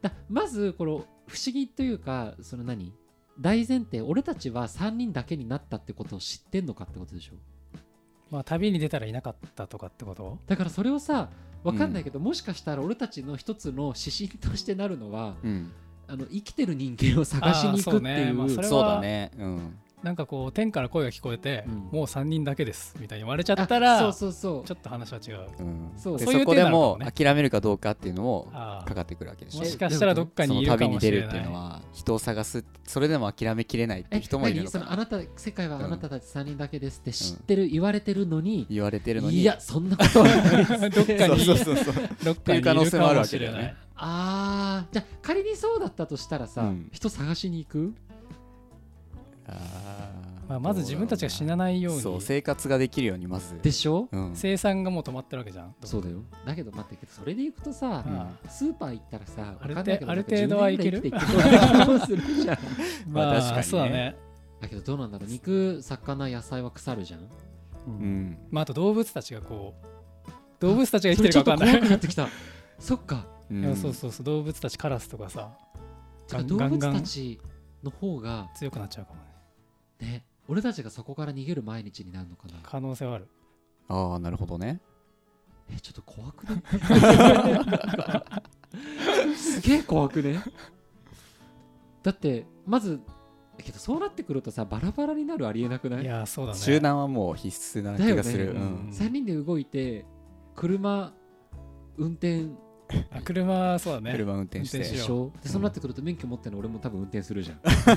[SPEAKER 1] だまずこの不思議というかその何大前提俺たちは3人だけになったってことを知ってんのかってことでしょ
[SPEAKER 3] まあ旅に出たらいなかったとかってこと
[SPEAKER 1] だからそれをさわかんないけど、もしかしたら俺たちの一つの指針としてなるのは
[SPEAKER 2] うん、
[SPEAKER 1] あの生きてる人間を探しに行くってい
[SPEAKER 3] あーそうね
[SPEAKER 1] う
[SPEAKER 3] まあそれは
[SPEAKER 2] そうだねうん
[SPEAKER 3] なんかこう天から声が聞こえて、
[SPEAKER 1] うん
[SPEAKER 3] もう3人だけですみたいに言われちゃ
[SPEAKER 1] あ
[SPEAKER 3] ったら
[SPEAKER 1] そうそうそう
[SPEAKER 3] ちょっと話は違う
[SPEAKER 2] うん
[SPEAKER 1] そう
[SPEAKER 2] で
[SPEAKER 3] そういう
[SPEAKER 2] そこ
[SPEAKER 3] 手
[SPEAKER 2] でも
[SPEAKER 3] なのかもね
[SPEAKER 2] 諦めるかどうかっていうのも
[SPEAKER 3] あ
[SPEAKER 2] かかってくるわけで
[SPEAKER 3] ー
[SPEAKER 2] しょ
[SPEAKER 3] もしかしたらどっか
[SPEAKER 2] そ
[SPEAKER 3] に
[SPEAKER 2] の
[SPEAKER 3] いるか
[SPEAKER 2] 旅
[SPEAKER 3] も
[SPEAKER 2] に
[SPEAKER 3] し
[SPEAKER 2] 出
[SPEAKER 3] れ
[SPEAKER 2] るって
[SPEAKER 3] ない
[SPEAKER 2] いう のは人を探すそれでも諦めきれないって
[SPEAKER 1] え
[SPEAKER 2] 人もいる
[SPEAKER 1] 何
[SPEAKER 2] の
[SPEAKER 1] そ
[SPEAKER 2] か
[SPEAKER 1] のあ
[SPEAKER 2] な
[SPEAKER 1] なた世界は
[SPEAKER 2] うん
[SPEAKER 1] あなたたち3人だけですって知ってる、言われてるのに
[SPEAKER 2] 言われてるのに
[SPEAKER 1] いやそんなことはないです
[SPEAKER 3] どっか
[SPEAKER 2] そう
[SPEAKER 3] に
[SPEAKER 2] そうそうそう
[SPEAKER 3] どっかにいるかもしれない
[SPEAKER 2] っていう可能性もあるわけだよね
[SPEAKER 1] あーじゃあ仮にそうだったとしたらさ、
[SPEAKER 2] うん
[SPEAKER 1] 人探しに行く
[SPEAKER 3] まあ、まず自分たちが死なないように
[SPEAKER 2] そう生活ができるようにまず
[SPEAKER 1] でしょ
[SPEAKER 2] うん
[SPEAKER 3] 生産がもう止まってるわけじゃん
[SPEAKER 1] そうだよだけど待ってけどそれで行くとさ、
[SPEAKER 3] うん
[SPEAKER 1] スーパー行ったらさ
[SPEAKER 3] ある
[SPEAKER 1] わかんないけど
[SPEAKER 3] ある程度は行ける
[SPEAKER 1] なんか10年ぐらい生きていけそうな気もするじゃん
[SPEAKER 2] まあ確かにね
[SPEAKER 3] そうだね、
[SPEAKER 1] だけどどうなんだろう肉魚野菜は腐るじゃん
[SPEAKER 2] うん
[SPEAKER 3] まあ、あと動物たちがこう動物たちが生きてるか分かん
[SPEAKER 1] そ
[SPEAKER 3] な
[SPEAKER 1] れちょっと怖くない ってきた そっか
[SPEAKER 2] うん
[SPEAKER 3] いやそうそうそう動物たちカラスとかさ
[SPEAKER 1] てか動
[SPEAKER 3] ガン
[SPEAKER 1] 物
[SPEAKER 3] ガン
[SPEAKER 1] たちの方が
[SPEAKER 3] 強くなっちゃうかもね
[SPEAKER 1] ね俺たちがそこから逃げる毎日になるのかな
[SPEAKER 3] 可能性はある
[SPEAKER 2] ああなるほどね
[SPEAKER 1] えちょっと怖くね すげえ怖くねだってまずけどそうなってくるとさバラバラになるありえなくない
[SPEAKER 3] いやそうだね
[SPEAKER 2] 集団はもう必須な気がする
[SPEAKER 1] だ
[SPEAKER 2] う
[SPEAKER 1] よね
[SPEAKER 2] ん
[SPEAKER 1] 3人で動いて車運転
[SPEAKER 3] あ車はそうだね
[SPEAKER 2] 車運転し
[SPEAKER 3] 運転
[SPEAKER 1] で
[SPEAKER 3] し
[SPEAKER 2] て
[SPEAKER 3] よ
[SPEAKER 1] しょでそうなってくると免許持ってるの俺も多分運転す るじゃん確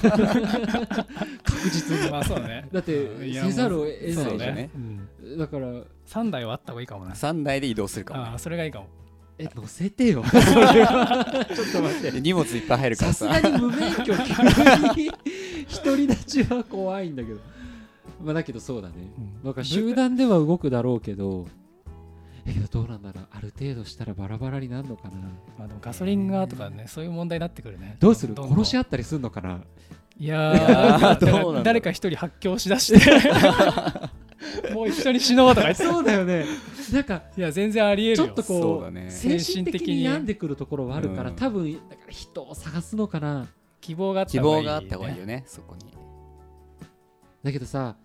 [SPEAKER 1] 実に
[SPEAKER 3] まあそうだね
[SPEAKER 1] だってせざるを得
[SPEAKER 2] そ
[SPEAKER 1] な
[SPEAKER 2] う
[SPEAKER 1] いじ
[SPEAKER 2] だ
[SPEAKER 1] ゃん
[SPEAKER 2] ね
[SPEAKER 3] うん、
[SPEAKER 1] だから
[SPEAKER 3] 3台はあった方がいいかもね
[SPEAKER 2] 3台で移動するかも
[SPEAKER 3] あ
[SPEAKER 2] ね
[SPEAKER 3] あそれがいいかも
[SPEAKER 1] え乗せて よそれはちょっと待って
[SPEAKER 2] で荷物いっぱい入るか
[SPEAKER 1] さ
[SPEAKER 2] ら
[SPEAKER 1] す
[SPEAKER 2] さ
[SPEAKER 1] がに無免許急に独り立ちは怖いんだけどまあだけどそうだね、
[SPEAKER 3] うん
[SPEAKER 1] なんか集団では動くだろうけどえけどどうなんだろうある程度したらバラバラになるのかな
[SPEAKER 3] まあ、でもガソリンがとかね、そういう問題になってくるね。
[SPEAKER 1] どうする
[SPEAKER 3] どんどん
[SPEAKER 1] 殺し合ったりするのかない
[SPEAKER 3] やー、だか
[SPEAKER 2] どうなんだろう
[SPEAKER 3] ら誰か一人発狂しだ して、もう一緒に死のうとか言って、
[SPEAKER 1] そうだよねなんか
[SPEAKER 3] いや、全然ありえ
[SPEAKER 1] ちょっ
[SPEAKER 3] るよ
[SPEAKER 1] と。
[SPEAKER 2] そう
[SPEAKER 1] こう
[SPEAKER 2] だね
[SPEAKER 1] 精神的に病んでくるところはあるから、
[SPEAKER 2] うん
[SPEAKER 1] 多分だから人を探すのかな
[SPEAKER 3] 希望があった
[SPEAKER 2] 希
[SPEAKER 3] 方がいい、
[SPEAKER 2] 望があった方がいいよねそこに
[SPEAKER 1] だけどさ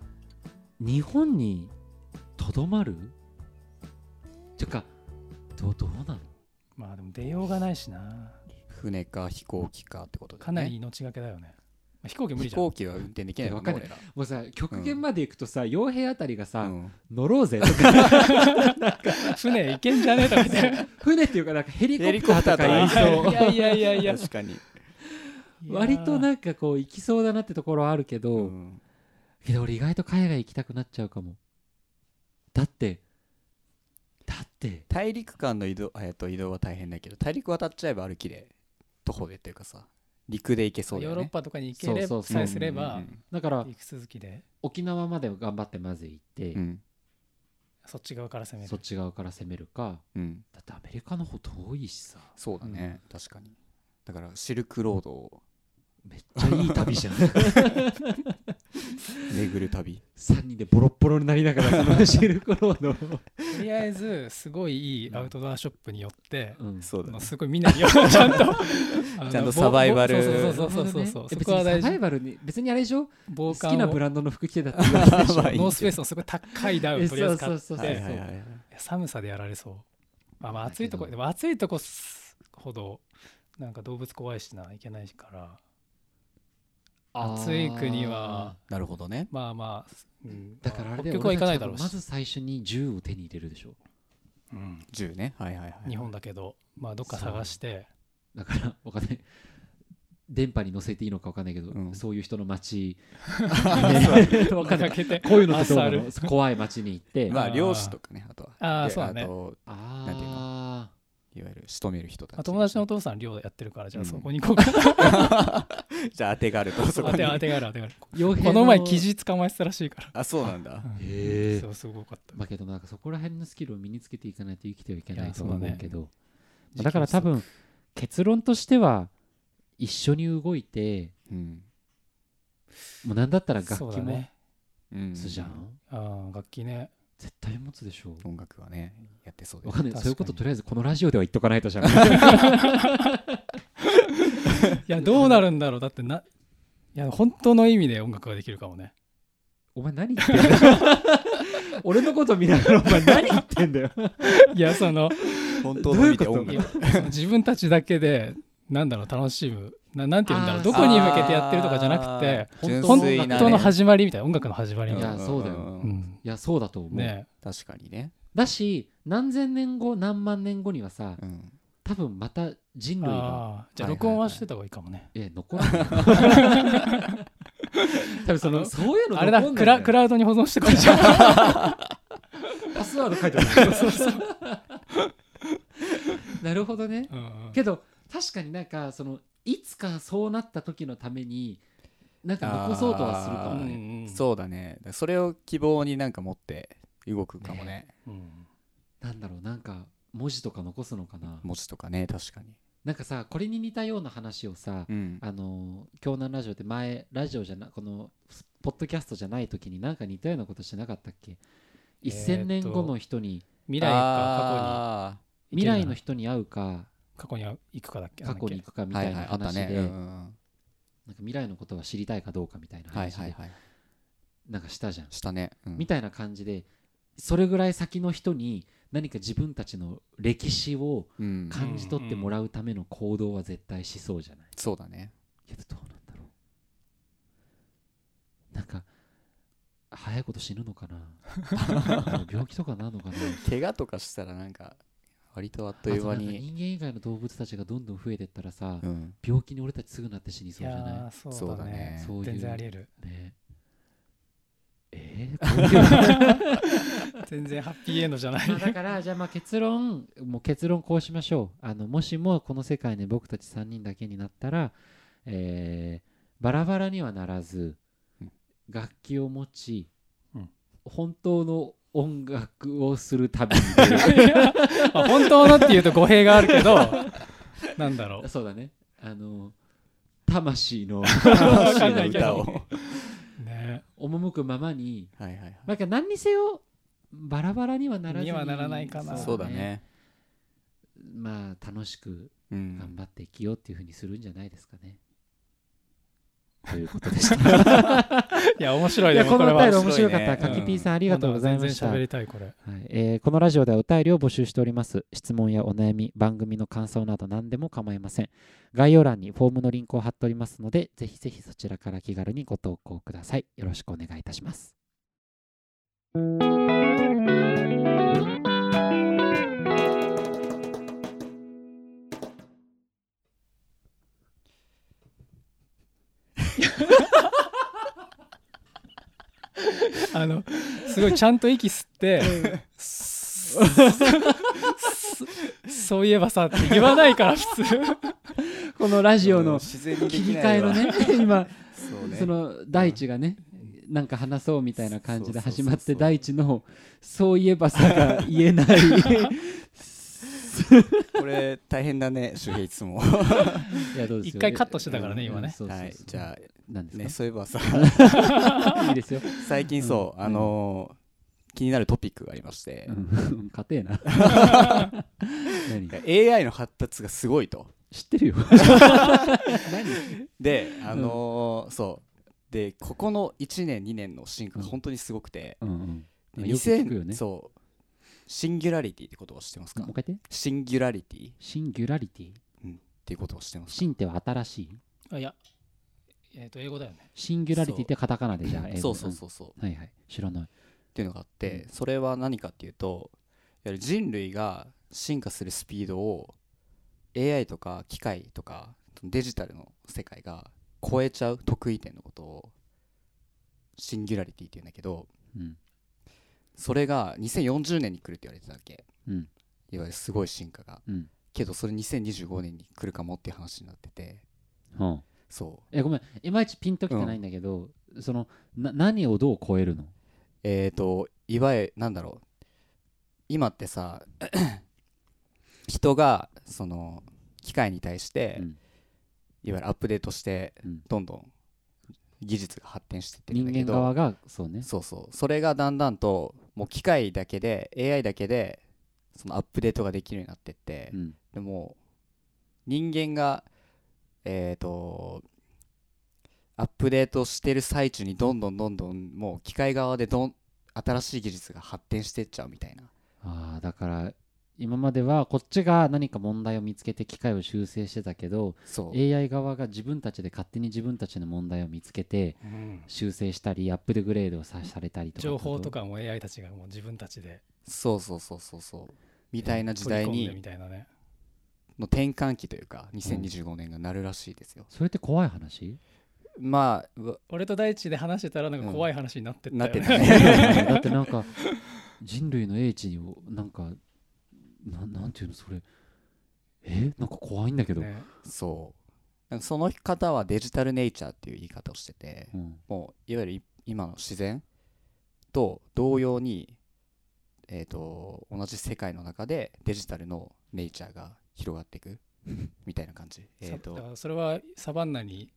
[SPEAKER 1] 日本にとどまるてかどどうなの
[SPEAKER 3] まあでも出ようがないしな。
[SPEAKER 2] 船か飛行機かってことで
[SPEAKER 3] かなり命がけだよね。まあ、飛行機無理じ
[SPEAKER 2] 飛
[SPEAKER 3] ゃん。
[SPEAKER 2] 行機は運転できないもんね
[SPEAKER 1] わかん
[SPEAKER 2] 俺ら
[SPEAKER 1] もうさ極限まで行くとさ、傭兵あたりがさ、
[SPEAKER 2] うん
[SPEAKER 1] 乗ろうぜとか
[SPEAKER 3] 船行けんじゃねえとか言って。
[SPEAKER 1] 船っていうかなんかヘリコプターとか言い
[SPEAKER 2] ヘ
[SPEAKER 1] そ
[SPEAKER 2] リコ
[SPEAKER 1] う
[SPEAKER 2] プ
[SPEAKER 3] いやいやいや いや。
[SPEAKER 2] 確かに
[SPEAKER 1] 割と
[SPEAKER 3] いや
[SPEAKER 1] なんかこう行きそうだなってところはあるけど、
[SPEAKER 2] うん
[SPEAKER 1] けど俺意外と海外行きたくなっちゃうかもだってだって
[SPEAKER 2] 大陸間の移動,、えっと移動は大変だけど大陸渡っちゃえば歩きで徒歩でっていうかさ陸で行けそ
[SPEAKER 3] ー、
[SPEAKER 2] うだ
[SPEAKER 3] ヨ
[SPEAKER 2] よ
[SPEAKER 3] ーロッ
[SPEAKER 2] ね
[SPEAKER 3] パとかに行けれ
[SPEAKER 1] そうそう
[SPEAKER 3] ば
[SPEAKER 1] そう
[SPEAKER 3] さえすれば
[SPEAKER 2] うんうん
[SPEAKER 1] だから
[SPEAKER 3] 行く続きで
[SPEAKER 1] 沖縄まで頑張ってまず行って、
[SPEAKER 2] うん
[SPEAKER 3] そっち側から攻め
[SPEAKER 1] そっ
[SPEAKER 3] る
[SPEAKER 1] ち側から攻めるか
[SPEAKER 2] うん
[SPEAKER 1] だってアメリカの方遠いしさ
[SPEAKER 2] そうだね、確かにだからシルクロードを
[SPEAKER 1] めっちゃいい旅じゃん
[SPEAKER 2] 巡る旅
[SPEAKER 1] 3人でボロッボロになりなが らそのシルクロードを、
[SPEAKER 3] とりあえずすごいいいアウトドアショップによって、
[SPEAKER 1] うん
[SPEAKER 2] そうだ
[SPEAKER 3] まあ
[SPEAKER 2] ね
[SPEAKER 3] すごいみん なによちゃんとあの
[SPEAKER 2] ちゃんとサバイバル
[SPEAKER 3] ぼぼそうそうそうそうそう、
[SPEAKER 1] え
[SPEAKER 3] そ
[SPEAKER 1] 別
[SPEAKER 3] こは
[SPEAKER 1] にサバイ
[SPEAKER 3] 大事
[SPEAKER 1] バルに別にあれでしょ
[SPEAKER 3] 防
[SPEAKER 1] 好
[SPEAKER 3] 寒
[SPEAKER 1] きな
[SPEAKER 3] を
[SPEAKER 1] ブランドの服着てたって言われてたでしょ
[SPEAKER 2] まあいい
[SPEAKER 3] ノースフェイスのすごい高いダウン
[SPEAKER 1] え
[SPEAKER 3] とりあえず買っ
[SPEAKER 1] そう
[SPEAKER 3] て
[SPEAKER 1] そう
[SPEAKER 3] い
[SPEAKER 1] そう
[SPEAKER 3] や
[SPEAKER 1] そう
[SPEAKER 3] 寒さでやられそうまあまあ
[SPEAKER 1] だけど
[SPEAKER 3] 暑いとこでも暑いとこすほどなんか動物怖いしないけないから暑い国は
[SPEAKER 2] なるほどね
[SPEAKER 3] まあまあ、うん、
[SPEAKER 1] だからあれで
[SPEAKER 3] 北極は行かないだろう
[SPEAKER 1] 俺たち多分ま
[SPEAKER 3] し、
[SPEAKER 1] ず最初に銃を手に入れるでしょ
[SPEAKER 3] うん
[SPEAKER 2] 銃ねはいはいはい
[SPEAKER 3] 日本だけどまあどっか探して
[SPEAKER 1] だからわかんない電波に乗せていいのかわかんないけど、
[SPEAKER 2] うん
[SPEAKER 1] そういう人の 街
[SPEAKER 3] お
[SPEAKER 1] わかんな
[SPEAKER 3] 金
[SPEAKER 1] い
[SPEAKER 3] かけて
[SPEAKER 1] こういうのってどうな
[SPEAKER 3] 朝あ
[SPEAKER 1] の
[SPEAKER 3] る
[SPEAKER 1] 怖い街に行って、
[SPEAKER 2] まあ
[SPEAKER 3] あー
[SPEAKER 2] 漁師とかねあとは
[SPEAKER 3] あー
[SPEAKER 2] で
[SPEAKER 3] そうだね
[SPEAKER 2] あと
[SPEAKER 1] あ
[SPEAKER 2] なんていう
[SPEAKER 1] あ
[SPEAKER 2] いわゆる仕留める人た
[SPEAKER 3] まあ
[SPEAKER 2] ち
[SPEAKER 3] 友達のお父さん寮やってるからじゃ
[SPEAKER 2] う
[SPEAKER 3] あ
[SPEAKER 2] ん
[SPEAKER 3] そこに行こうか
[SPEAKER 2] じゃあ当てがある とそこ
[SPEAKER 3] 当
[SPEAKER 2] に
[SPEAKER 3] て当てがある当てがある
[SPEAKER 1] 傭兵
[SPEAKER 3] この前キジ捕まえてたらしいから
[SPEAKER 2] あそうなんだ
[SPEAKER 3] うん
[SPEAKER 1] へえ
[SPEAKER 3] そうすごかった
[SPEAKER 1] まあけどなんかそこら辺のスキルを身につけていかないと生きてはいけない
[SPEAKER 3] いや
[SPEAKER 1] とは
[SPEAKER 3] そう
[SPEAKER 1] 思
[SPEAKER 3] だ
[SPEAKER 1] う
[SPEAKER 3] ね
[SPEAKER 1] けどまあだから多分結論としては一緒に動いて
[SPEAKER 2] うん
[SPEAKER 1] もうなんだったら楽
[SPEAKER 3] そう
[SPEAKER 1] 器
[SPEAKER 3] だ
[SPEAKER 1] も
[SPEAKER 3] ね
[SPEAKER 2] うん
[SPEAKER 1] すじゃん、
[SPEAKER 3] ああ楽器ね
[SPEAKER 1] 絶対持つでしょう
[SPEAKER 2] 音楽はねやってそうで
[SPEAKER 1] わかんない
[SPEAKER 3] 確 かに
[SPEAKER 1] そういうこととりあえずこのラジオでは言っとかないとじゃん
[SPEAKER 3] いやどうなるんだろうだってないや本当の意味で音楽ができるかもね
[SPEAKER 1] お前何言ってんだよ 俺のこと見ながらお前何言ってんだ よ
[SPEAKER 3] いやその
[SPEAKER 2] 本当の意味で
[SPEAKER 1] どういう
[SPEAKER 2] 音
[SPEAKER 1] こと
[SPEAKER 2] 楽
[SPEAKER 3] いやその自分たちだけでなんだろう楽しむななんて言うんだろうどこに向けてやってるとかじゃなくて
[SPEAKER 2] あー
[SPEAKER 1] 本純
[SPEAKER 3] 本
[SPEAKER 2] 純粋なね
[SPEAKER 3] 当の始まりみたいな音楽の始まり
[SPEAKER 1] い
[SPEAKER 3] みたいな、
[SPEAKER 1] やそうだよ
[SPEAKER 2] ん
[SPEAKER 3] うんん、
[SPEAKER 1] いやそうだと思う、
[SPEAKER 3] ね
[SPEAKER 2] 確かにね、
[SPEAKER 1] だし何千年後何万年後にはさ
[SPEAKER 2] うん
[SPEAKER 1] 多分また人類が
[SPEAKER 3] あーじゃあ
[SPEAKER 2] はいはいはい
[SPEAKER 3] 録音はしてた方がいいかもね、
[SPEAKER 1] え残らない 多分そ
[SPEAKER 3] あ
[SPEAKER 1] の
[SPEAKER 3] の
[SPEAKER 1] そういうの残
[SPEAKER 3] あれ
[SPEAKER 1] んない
[SPEAKER 3] だ
[SPEAKER 1] ん
[SPEAKER 3] クラクラウドに保存してくれちゃう
[SPEAKER 1] パスワード書いてある なるほどね
[SPEAKER 3] うんうん
[SPEAKER 1] けど確かになんかそのいつかそうなった時のためになんか残そうとはするか
[SPEAKER 3] う
[SPEAKER 1] も
[SPEAKER 3] ん
[SPEAKER 1] ね
[SPEAKER 3] うん
[SPEAKER 2] そうだねだからそれを希望になんか持って動くかもね
[SPEAKER 3] うん
[SPEAKER 1] なんだろうなんか文字とか残すのかな
[SPEAKER 2] 文字とかね確かに、
[SPEAKER 1] なんかさこれに似たような話をさ、
[SPEAKER 2] うん、
[SPEAKER 1] あのー京南ラジオって前ラジオじゃなこのポッドキャストじゃない時になんか似たようなことしてなかったっけ、
[SPEAKER 3] えーと
[SPEAKER 1] 1000年後の人に
[SPEAKER 3] 未来か過去に
[SPEAKER 1] 未来の人に会うか
[SPEAKER 3] 過去に行くかだっけ
[SPEAKER 1] 過去に
[SPEAKER 3] なんだっ
[SPEAKER 1] 行くかみたい
[SPEAKER 2] は
[SPEAKER 1] ない
[SPEAKER 2] はいあった
[SPEAKER 1] 話で、
[SPEAKER 2] ね、うんうん
[SPEAKER 1] なんか未来のことは知りたいかどうかみたいな
[SPEAKER 2] はい
[SPEAKER 1] 話で、
[SPEAKER 2] はいはい
[SPEAKER 1] なんかしたじゃん、
[SPEAKER 2] したね、うん
[SPEAKER 1] みたいな感じでそれぐらい先の人に何か自分たちの歴史を
[SPEAKER 2] うん
[SPEAKER 1] 感じ取ってもらうための行動は絶対しそうじゃない
[SPEAKER 2] そうだね
[SPEAKER 1] けどどうなんだろうなんか早いこと死ぬのかなあ の病気とかなるのかな
[SPEAKER 2] 怪我とかしたらなんか割とあっという間
[SPEAKER 1] あとなんか
[SPEAKER 2] に、
[SPEAKER 1] 人間以外の動物たちがどんどん増えてったらさ、
[SPEAKER 2] うん、
[SPEAKER 1] 病気に俺たちすぐなって死に
[SPEAKER 3] け
[SPEAKER 1] そう
[SPEAKER 3] い
[SPEAKER 1] じ
[SPEAKER 3] や
[SPEAKER 1] ゃな
[SPEAKER 3] ーそうだね
[SPEAKER 2] そうだね
[SPEAKER 1] そういう
[SPEAKER 3] 全然ありえる
[SPEAKER 1] いねえー、こういう
[SPEAKER 3] 全然ハッピーエンドじゃな い
[SPEAKER 1] まあだからじゃあまあ結論もう結論こうしましょうあのもしもこの世界に僕たち3人だけになったら、えーバラバラにはならず、
[SPEAKER 2] うん
[SPEAKER 1] 楽器を持ち、
[SPEAKER 3] うん
[SPEAKER 1] 本当の音楽をする旅に
[SPEAKER 3] まあ本当のっていうと語弊があるけどなん だ ろう
[SPEAKER 1] そうだねあの魂の
[SPEAKER 3] わかん
[SPEAKER 2] の
[SPEAKER 3] ないけ
[SPEAKER 2] 歌を
[SPEAKER 3] ど
[SPEAKER 2] は
[SPEAKER 3] ね
[SPEAKER 1] 赴くままに
[SPEAKER 2] いはいはい
[SPEAKER 1] なんか何にせよバラバラにはならずに
[SPEAKER 3] にはならないかな
[SPEAKER 2] そうだね
[SPEAKER 1] まあ楽しく
[SPEAKER 2] うん
[SPEAKER 1] 頑張って生きようっていうふうにするんじゃないですかね。 と いうことでした。
[SPEAKER 3] いや面白い
[SPEAKER 1] い
[SPEAKER 3] ね
[SPEAKER 1] やこ
[SPEAKER 3] これ
[SPEAKER 1] のお便り
[SPEAKER 3] は
[SPEAKER 1] 面白かった。か
[SPEAKER 2] 面白いね
[SPEAKER 1] き
[SPEAKER 3] うん
[SPEAKER 1] ぴーさんありがとうございました。
[SPEAKER 3] 今
[SPEAKER 1] は
[SPEAKER 3] 度は全然喋
[SPEAKER 1] い
[SPEAKER 3] りたいこれ
[SPEAKER 1] えーこのラジオではお便りを募集しております。質問やお悩み、番組の感想など何でも構いません。概要欄にフォームのリンクを貼っておりますので、ぜひぜひそちらから気軽にご投稿ください。よろしくお願いいたします。
[SPEAKER 3] あのすごいちゃんと息吸ってスッそういえばさって言わないから普通
[SPEAKER 1] このラジオ
[SPEAKER 2] うん
[SPEAKER 1] の
[SPEAKER 2] 自然にで
[SPEAKER 1] 切
[SPEAKER 2] き
[SPEAKER 1] り
[SPEAKER 2] な
[SPEAKER 1] 替え
[SPEAKER 2] い
[SPEAKER 1] の
[SPEAKER 2] わ
[SPEAKER 1] ね、今、
[SPEAKER 2] そうね
[SPEAKER 1] その大地がね、なんか話そうみたいな感じで
[SPEAKER 2] そうそう
[SPEAKER 1] 始
[SPEAKER 2] そうそう
[SPEAKER 1] まって大地のそういえばさが言 えない
[SPEAKER 2] これ大変だね周平いつも
[SPEAKER 1] いやどうですよ
[SPEAKER 3] 一回カットしてたからね今ね
[SPEAKER 1] そうそうそう
[SPEAKER 2] はいじゃ
[SPEAKER 1] なん
[SPEAKER 2] あ
[SPEAKER 1] で
[SPEAKER 2] ね
[SPEAKER 1] す
[SPEAKER 2] そういえばさ
[SPEAKER 1] かいい ですよ
[SPEAKER 2] 最近そう、
[SPEAKER 1] うん
[SPEAKER 2] あのー気になるトピックがありまして、
[SPEAKER 1] 家庭 な何知
[SPEAKER 2] AI の発達がすごいと
[SPEAKER 1] って るよ
[SPEAKER 2] であのーそうでここの1年2年の進化が本当にすごくて、
[SPEAKER 1] 何うんうん
[SPEAKER 2] で
[SPEAKER 1] よく聞くよね
[SPEAKER 2] そうシンギュラリティってことを知ってますか
[SPEAKER 1] もう一回言って
[SPEAKER 2] シンギュラリティっ
[SPEAKER 1] シンギュラリティ
[SPEAKER 2] ていうことを知ってます
[SPEAKER 1] シンっては新しい
[SPEAKER 3] あいやえっ、と英語だよね
[SPEAKER 1] シンギュラリティってカタカナでじゃあ英語
[SPEAKER 2] そうそうそうそうっ
[SPEAKER 1] うんはいはい知らない
[SPEAKER 2] ていうのがあって、
[SPEAKER 1] うん
[SPEAKER 2] それは何かっていうといわゆる人類が進化するスピードを AI とか機械とかデジタルの世界が超えちゃう得意点のことをシンギュラリティっていうんだけど
[SPEAKER 1] うん
[SPEAKER 2] それが2040年に来るって言われてたわけ
[SPEAKER 1] うん
[SPEAKER 2] いわゆるすごい進化が
[SPEAKER 1] うん
[SPEAKER 2] けどそれ2025年に来るかもっていう話になってて
[SPEAKER 1] うん
[SPEAKER 2] そう
[SPEAKER 1] えごめんいまいちピンときてないんだけど、そのな何をどう超えるの
[SPEAKER 2] えー、といわゆるなんだろう今ってさ 人がその機械に対して、
[SPEAKER 1] うん
[SPEAKER 2] いわゆるアップデートして、
[SPEAKER 1] うん
[SPEAKER 2] どんどん技術が発展してってるん
[SPEAKER 1] 人
[SPEAKER 2] だけ
[SPEAKER 1] 間
[SPEAKER 2] ど
[SPEAKER 1] 側がそうね
[SPEAKER 2] そうそうそれがだんだんともう機械だけで AI だけでそのアップデートができるようになってって、
[SPEAKER 1] うん
[SPEAKER 2] でも人間がえっ、とアップデートしてる最中にどんどんどんどんもう機械側でどん新しい技術が発展してっちゃうみたいな
[SPEAKER 1] ああだから今まではこっちが何か問題を見つけて機械を修正してたけど
[SPEAKER 2] そう
[SPEAKER 1] AI 側が自分たちで勝手に自分たちの問題を見つけて
[SPEAKER 3] うん
[SPEAKER 1] 修正したりアップグレードをさされたりとか
[SPEAKER 3] 情報とかも AI たちがもう自分たちで
[SPEAKER 2] そうそうそうそうそうみたいな時
[SPEAKER 3] 取り
[SPEAKER 2] 代
[SPEAKER 3] 込んでみ
[SPEAKER 2] に
[SPEAKER 3] たいなね
[SPEAKER 2] の転換期というか2025年がなるらしいですよ、
[SPEAKER 1] それって怖い 話
[SPEAKER 2] まあわ
[SPEAKER 3] 俺と大地で話してたらなんか怖い話になってった
[SPEAKER 2] なって
[SPEAKER 3] よ
[SPEAKER 2] た
[SPEAKER 3] ね、
[SPEAKER 1] だ
[SPEAKER 2] ね
[SPEAKER 1] ってなんか人類の英知をなんかななんていうのそれえなんか怖いんだけど、
[SPEAKER 3] ね
[SPEAKER 2] そうなんかその方はデジタルネイチャーっていう言い方をしてて
[SPEAKER 1] うん、
[SPEAKER 2] もういわゆるい今の自然と同様に、えー、と同じ世界の中でデジタルのネイチャーが広がっていく みたいな感じ、えー、
[SPEAKER 3] さだか
[SPEAKER 2] と
[SPEAKER 3] らそれはサバンナに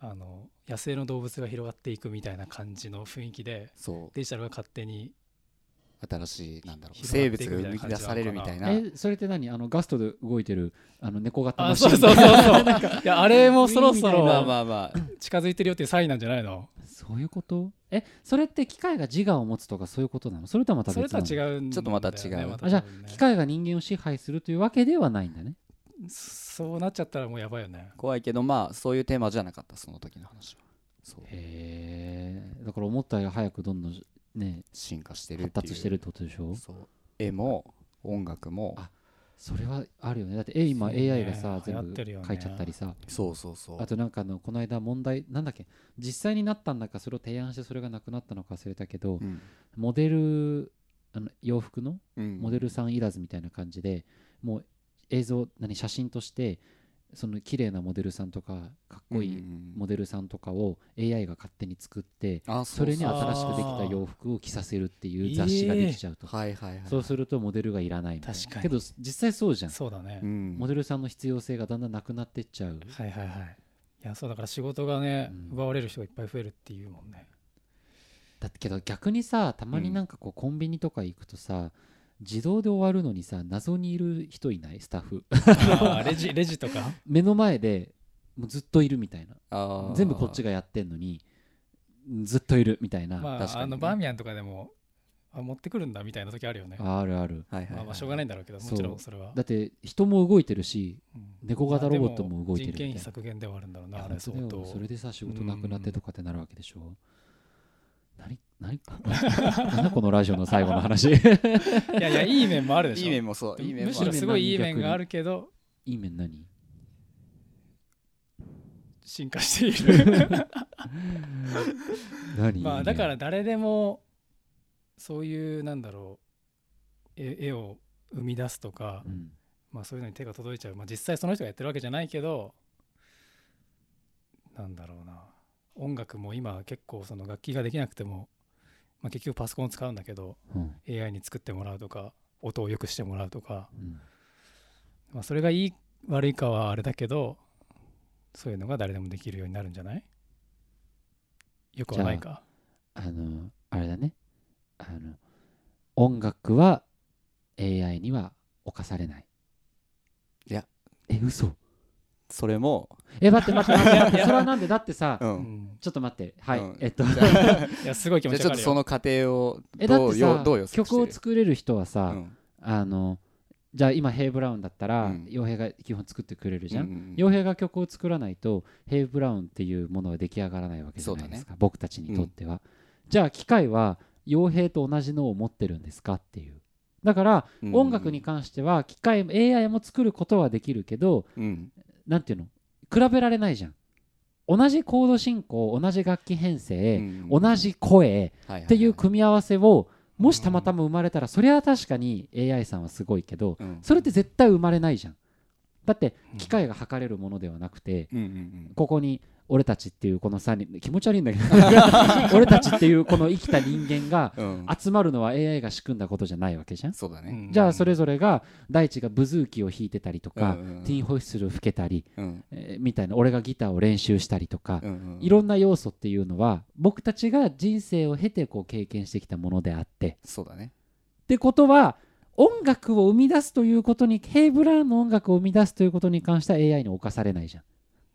[SPEAKER 3] あの野生の動物が広がっていくみたいな感じの雰囲気で
[SPEAKER 2] そ
[SPEAKER 3] デジタルが勝手に
[SPEAKER 2] う新しいなんだろう
[SPEAKER 3] 広
[SPEAKER 2] 生
[SPEAKER 3] がって
[SPEAKER 2] 物
[SPEAKER 3] い
[SPEAKER 2] が
[SPEAKER 3] くみたいな感じなのかな
[SPEAKER 2] 生み出されるみたいな
[SPEAKER 1] えそれって何あのガストで動いてるあの猫型
[SPEAKER 3] あ
[SPEAKER 1] マシ
[SPEAKER 3] そ
[SPEAKER 1] ン
[SPEAKER 3] うそうそう そういやあれもそろそ
[SPEAKER 2] まあ
[SPEAKER 3] ろ
[SPEAKER 2] まあまあ
[SPEAKER 3] 近づいてるよっていうサインなんじゃないの
[SPEAKER 1] そういうことえそれって機械が自我を持つとかそういうことなのそれとはまた
[SPEAKER 3] それ
[SPEAKER 1] 別
[SPEAKER 3] と
[SPEAKER 1] な
[SPEAKER 3] は
[SPEAKER 1] のう
[SPEAKER 3] 違うんだよね
[SPEAKER 2] ちょっとまた違う
[SPEAKER 3] また
[SPEAKER 1] あじゃ
[SPEAKER 3] 多分
[SPEAKER 1] あ
[SPEAKER 3] ね
[SPEAKER 1] 機械が人間を支配するというわけではないんだね
[SPEAKER 3] そうなっちゃったらもうやばいよね
[SPEAKER 2] 怖いけどまあそういうテーマじゃなかったその時の話はそう
[SPEAKER 1] へえだから思ったより早くどんどんね
[SPEAKER 2] 進化してるってい
[SPEAKER 1] 発
[SPEAKER 2] う
[SPEAKER 1] 達してるってことでしょ
[SPEAKER 2] そう絵も音楽も
[SPEAKER 1] あそれはあるよねだって絵今
[SPEAKER 3] そうね
[SPEAKER 1] AI がさ全
[SPEAKER 3] 流行
[SPEAKER 1] 部
[SPEAKER 3] ってるよね
[SPEAKER 1] 書いちゃったりさ
[SPEAKER 2] そうそうそう
[SPEAKER 1] あとなんかあのこの間問題なんだっけ実際になったんだかそれを提案してそれがなくなったのか忘れたけど
[SPEAKER 2] うん
[SPEAKER 1] モデルあの洋服の
[SPEAKER 2] うん
[SPEAKER 1] モデルさんいらずみたいな感じでもう映像何写真としてその綺麗なモデルさんとかかっこいいモ
[SPEAKER 2] デ
[SPEAKER 1] デルさんとかを AI が勝手に作って
[SPEAKER 2] ルあ
[SPEAKER 1] それに
[SPEAKER 2] うう
[SPEAKER 1] 新しくできた洋服を着させるっていう雑誌ができちゃうと
[SPEAKER 2] はいはいはい
[SPEAKER 1] そうするとモデルがいらないみたい
[SPEAKER 3] 確か
[SPEAKER 1] な
[SPEAKER 3] に
[SPEAKER 1] けど実際そうじゃん
[SPEAKER 3] そうだね、
[SPEAKER 2] うん
[SPEAKER 1] モデルさんの必要性がだんだんなくなってっちゃう
[SPEAKER 3] はいはいはいいやそうだから仕事がね、
[SPEAKER 1] うん
[SPEAKER 3] 奪われる人がいっぱい増えるっていうもんね
[SPEAKER 1] だけど逆にさたまになんかこうコンビニとか行くとさ自動で終わるのにさ謎にいる人いないスタッフ
[SPEAKER 3] あーレジレジとか
[SPEAKER 1] 目の前でもうずっといるみたいな
[SPEAKER 2] あー
[SPEAKER 1] 全部こっちがやってんのにずっといるみたいな、
[SPEAKER 3] まあ、
[SPEAKER 2] 確かにね
[SPEAKER 3] あのバーミヤンとかでもあ持ってくるんだみたいな時あるよね
[SPEAKER 1] あるある
[SPEAKER 2] はいはい
[SPEAKER 3] ま
[SPEAKER 2] は
[SPEAKER 3] あ
[SPEAKER 2] い
[SPEAKER 3] まあしょうがないんだろうけど
[SPEAKER 1] そう
[SPEAKER 3] もちろんそれは
[SPEAKER 1] だって人も動いてるし
[SPEAKER 3] うん
[SPEAKER 1] 猫型ロボットも動いてるみ
[SPEAKER 3] 人
[SPEAKER 1] たいな
[SPEAKER 3] 件費削減ではあるんだろう
[SPEAKER 1] いや
[SPEAKER 3] なあれ
[SPEAKER 1] 本当
[SPEAKER 3] 相
[SPEAKER 1] だよ
[SPEAKER 3] 当
[SPEAKER 1] それでさ仕事なくなってとかってなるわけでしょ何何 なんだこのラジオの最後の話 い
[SPEAKER 3] いやいやいい面もあるでし
[SPEAKER 2] い
[SPEAKER 3] ょ
[SPEAKER 2] い面もそういい面も
[SPEAKER 3] むしろすごいいい面があるけど
[SPEAKER 1] い面何
[SPEAKER 3] 進化している
[SPEAKER 1] 何
[SPEAKER 3] まあだから誰でもそういうなんだろう絵絵を生み出すとか
[SPEAKER 1] う、ん
[SPEAKER 3] まあ、そういうのに手が届いちゃう、まあ、実際その人がやってるわけじゃないけどなんだろうな音楽も今結構その楽器ができなくても、まあ、結局パソコンを使うんだけど
[SPEAKER 1] うん
[SPEAKER 3] AI に作ってもらうとか音を良くしてもらうとか、
[SPEAKER 1] うん
[SPEAKER 3] まあ、それがいい悪いかはあれだけどそういうのが誰でもできるようになるんじゃないよくはないか
[SPEAKER 1] あのあれだねあの音楽は AI には侵されない
[SPEAKER 2] いや
[SPEAKER 1] え嘘
[SPEAKER 2] それも
[SPEAKER 1] え待って待って待 って待ってそれはなんでだってさ
[SPEAKER 2] う
[SPEAKER 3] うんん、
[SPEAKER 1] ちょっと待ってはい、
[SPEAKER 2] うん
[SPEAKER 1] えっと
[SPEAKER 2] じゃあ
[SPEAKER 3] いやすごい気
[SPEAKER 2] じゃ
[SPEAKER 3] 持
[SPEAKER 2] あ
[SPEAKER 3] ち
[SPEAKER 2] ちょ
[SPEAKER 3] わ
[SPEAKER 2] っ
[SPEAKER 3] か
[SPEAKER 2] と
[SPEAKER 3] る
[SPEAKER 2] そ
[SPEAKER 3] よ
[SPEAKER 2] の過程を
[SPEAKER 1] えだ
[SPEAKER 2] ど
[SPEAKER 1] っ
[SPEAKER 2] う
[SPEAKER 1] て
[SPEAKER 2] よ
[SPEAKER 1] さ
[SPEAKER 2] どうよ
[SPEAKER 1] 曲を作れる人はさ、
[SPEAKER 2] うん
[SPEAKER 1] あのじゃあ今ヘイ・ブラウンだったら
[SPEAKER 2] うん
[SPEAKER 1] 洋、平が基本作ってくれるじゃ
[SPEAKER 2] うんん
[SPEAKER 1] 洋、平が曲を作らないとヘイ・ブラウンっていうものは出来上がらないわけじゃないですか、僕たちにとっては、じゃあ機械は洋平と同じ脳を持ってるんですかっていうだから
[SPEAKER 2] うん
[SPEAKER 1] 音楽に関しては機械も AI も作ることはできるけど
[SPEAKER 2] うん
[SPEAKER 1] なんていうの比べられないじゃん同じコード進行同じ楽器編成、同じ声、
[SPEAKER 2] っ
[SPEAKER 1] っていう組み合わせをもしたまたま生まれたらそれは確かに AI さんはすごいけどそれって絶対生まれないじゃんだって機械が測れるものではなくて
[SPEAKER 2] うんうんうん
[SPEAKER 1] ここに俺たちっていうこの3人気持ち悪いん だけど俺たちっていうこの生きた人間が
[SPEAKER 2] うん
[SPEAKER 1] 集まるのは AI が仕組んだことじゃないわけじゃん
[SPEAKER 2] そうだ
[SPEAKER 3] う
[SPEAKER 2] ね
[SPEAKER 3] ん
[SPEAKER 1] じゃあそれぞれが大地がブズーキを弾いてたりとか
[SPEAKER 2] うんうんうん
[SPEAKER 1] ティーンホイッスルを吹けたり
[SPEAKER 2] うん
[SPEAKER 1] えーみたいな俺がギターを練習したりとか
[SPEAKER 2] うんうん
[SPEAKER 1] いろんな要素っていうのは僕たちが人生を経てこう経験してきたものであって
[SPEAKER 2] そうだね
[SPEAKER 1] ってことは音楽を生み出すということにヘイブラウンの音楽を生み出すということに関しては AI に侵されないじゃん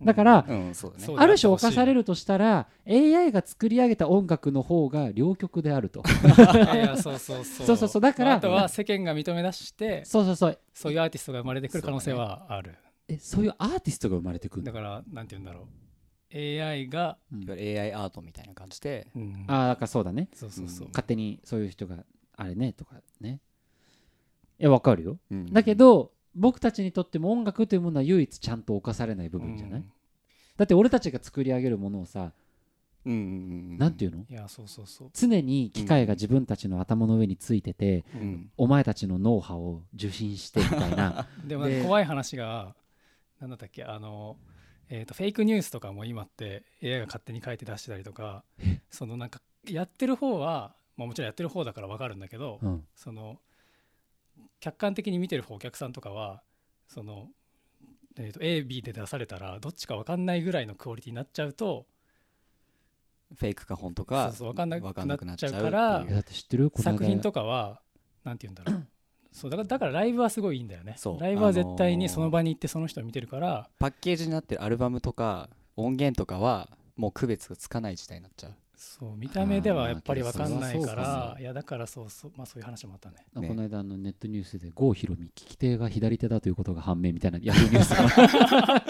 [SPEAKER 1] だから
[SPEAKER 2] うん、そうだね
[SPEAKER 3] そう
[SPEAKER 1] ある種犯されるとしたら AI が作り上げた音楽の方が両極であると
[SPEAKER 3] いやそうそうそう
[SPEAKER 1] そうそうそうだから
[SPEAKER 3] あとは世間が認め出して
[SPEAKER 1] そうそうそう
[SPEAKER 3] そういうアーティストが生まれてくる可能性はある
[SPEAKER 1] えそういうアーティストが生まれてくる
[SPEAKER 3] だ
[SPEAKER 1] の
[SPEAKER 3] からなんて言うんだろう AI が、
[SPEAKER 2] いわゆる AI アートみたいな感じで
[SPEAKER 3] うん、
[SPEAKER 1] ああだからそうだね
[SPEAKER 3] そうそうそう、
[SPEAKER 1] 勝手にそういう人があれねとかねいやわかるよ
[SPEAKER 2] うん
[SPEAKER 1] だけど僕たちにとっても音楽というものは唯一ちゃんと犯されない部分じゃない、
[SPEAKER 3] うん
[SPEAKER 1] だって俺たちが作り上げるものをさ
[SPEAKER 2] うんうんうん
[SPEAKER 1] 何、なん、ていうの
[SPEAKER 3] いやそうそうそう
[SPEAKER 1] 常に機械が自分たちの頭の上についてて、
[SPEAKER 2] うんうん
[SPEAKER 1] お前たちの脳波を受信してみたい な
[SPEAKER 3] でもなんか
[SPEAKER 1] で
[SPEAKER 3] 怖い話が何だったっけあのえーとフェイクニュースとかも今って AI が勝手に書いて出してたりとかそのなんかやってる方は、まあ、もちろんやってる方だから分かるんだけど、
[SPEAKER 1] うん
[SPEAKER 3] その客観的に見てる方お客さんとかはその、えー、と AB で出されたらどっちか分かんないぐらいのクオリティになっちゃうと
[SPEAKER 2] フェイクか本とか
[SPEAKER 3] そうそうわかんなく
[SPEAKER 2] わっちゃう
[SPEAKER 3] なっちゃうから
[SPEAKER 2] って
[SPEAKER 1] いや
[SPEAKER 2] い
[SPEAKER 1] だ
[SPEAKER 2] う
[SPEAKER 1] って知ってるこの間
[SPEAKER 3] 作品とかはなんて言うんだろうそうだからだからライブはすごいいいんだよね
[SPEAKER 2] そう
[SPEAKER 3] ライブは絶対にその場に行ってその人を見てるから、
[SPEAKER 2] パッケージになってるアルバムとか音源とかはもう区別がつかない時代になっちゃう
[SPEAKER 3] そう見た目ではやっぱり分かんない
[SPEAKER 1] あーまあ
[SPEAKER 3] か
[SPEAKER 1] そりゃそう
[SPEAKER 3] ら
[SPEAKER 1] か
[SPEAKER 3] いやだからそうそうまあそういう話もあったね
[SPEAKER 1] あ
[SPEAKER 2] ね
[SPEAKER 1] この間あのネットニュースで郷ひろみ聞き手が左手だということが判明みたいなヤフーニュース が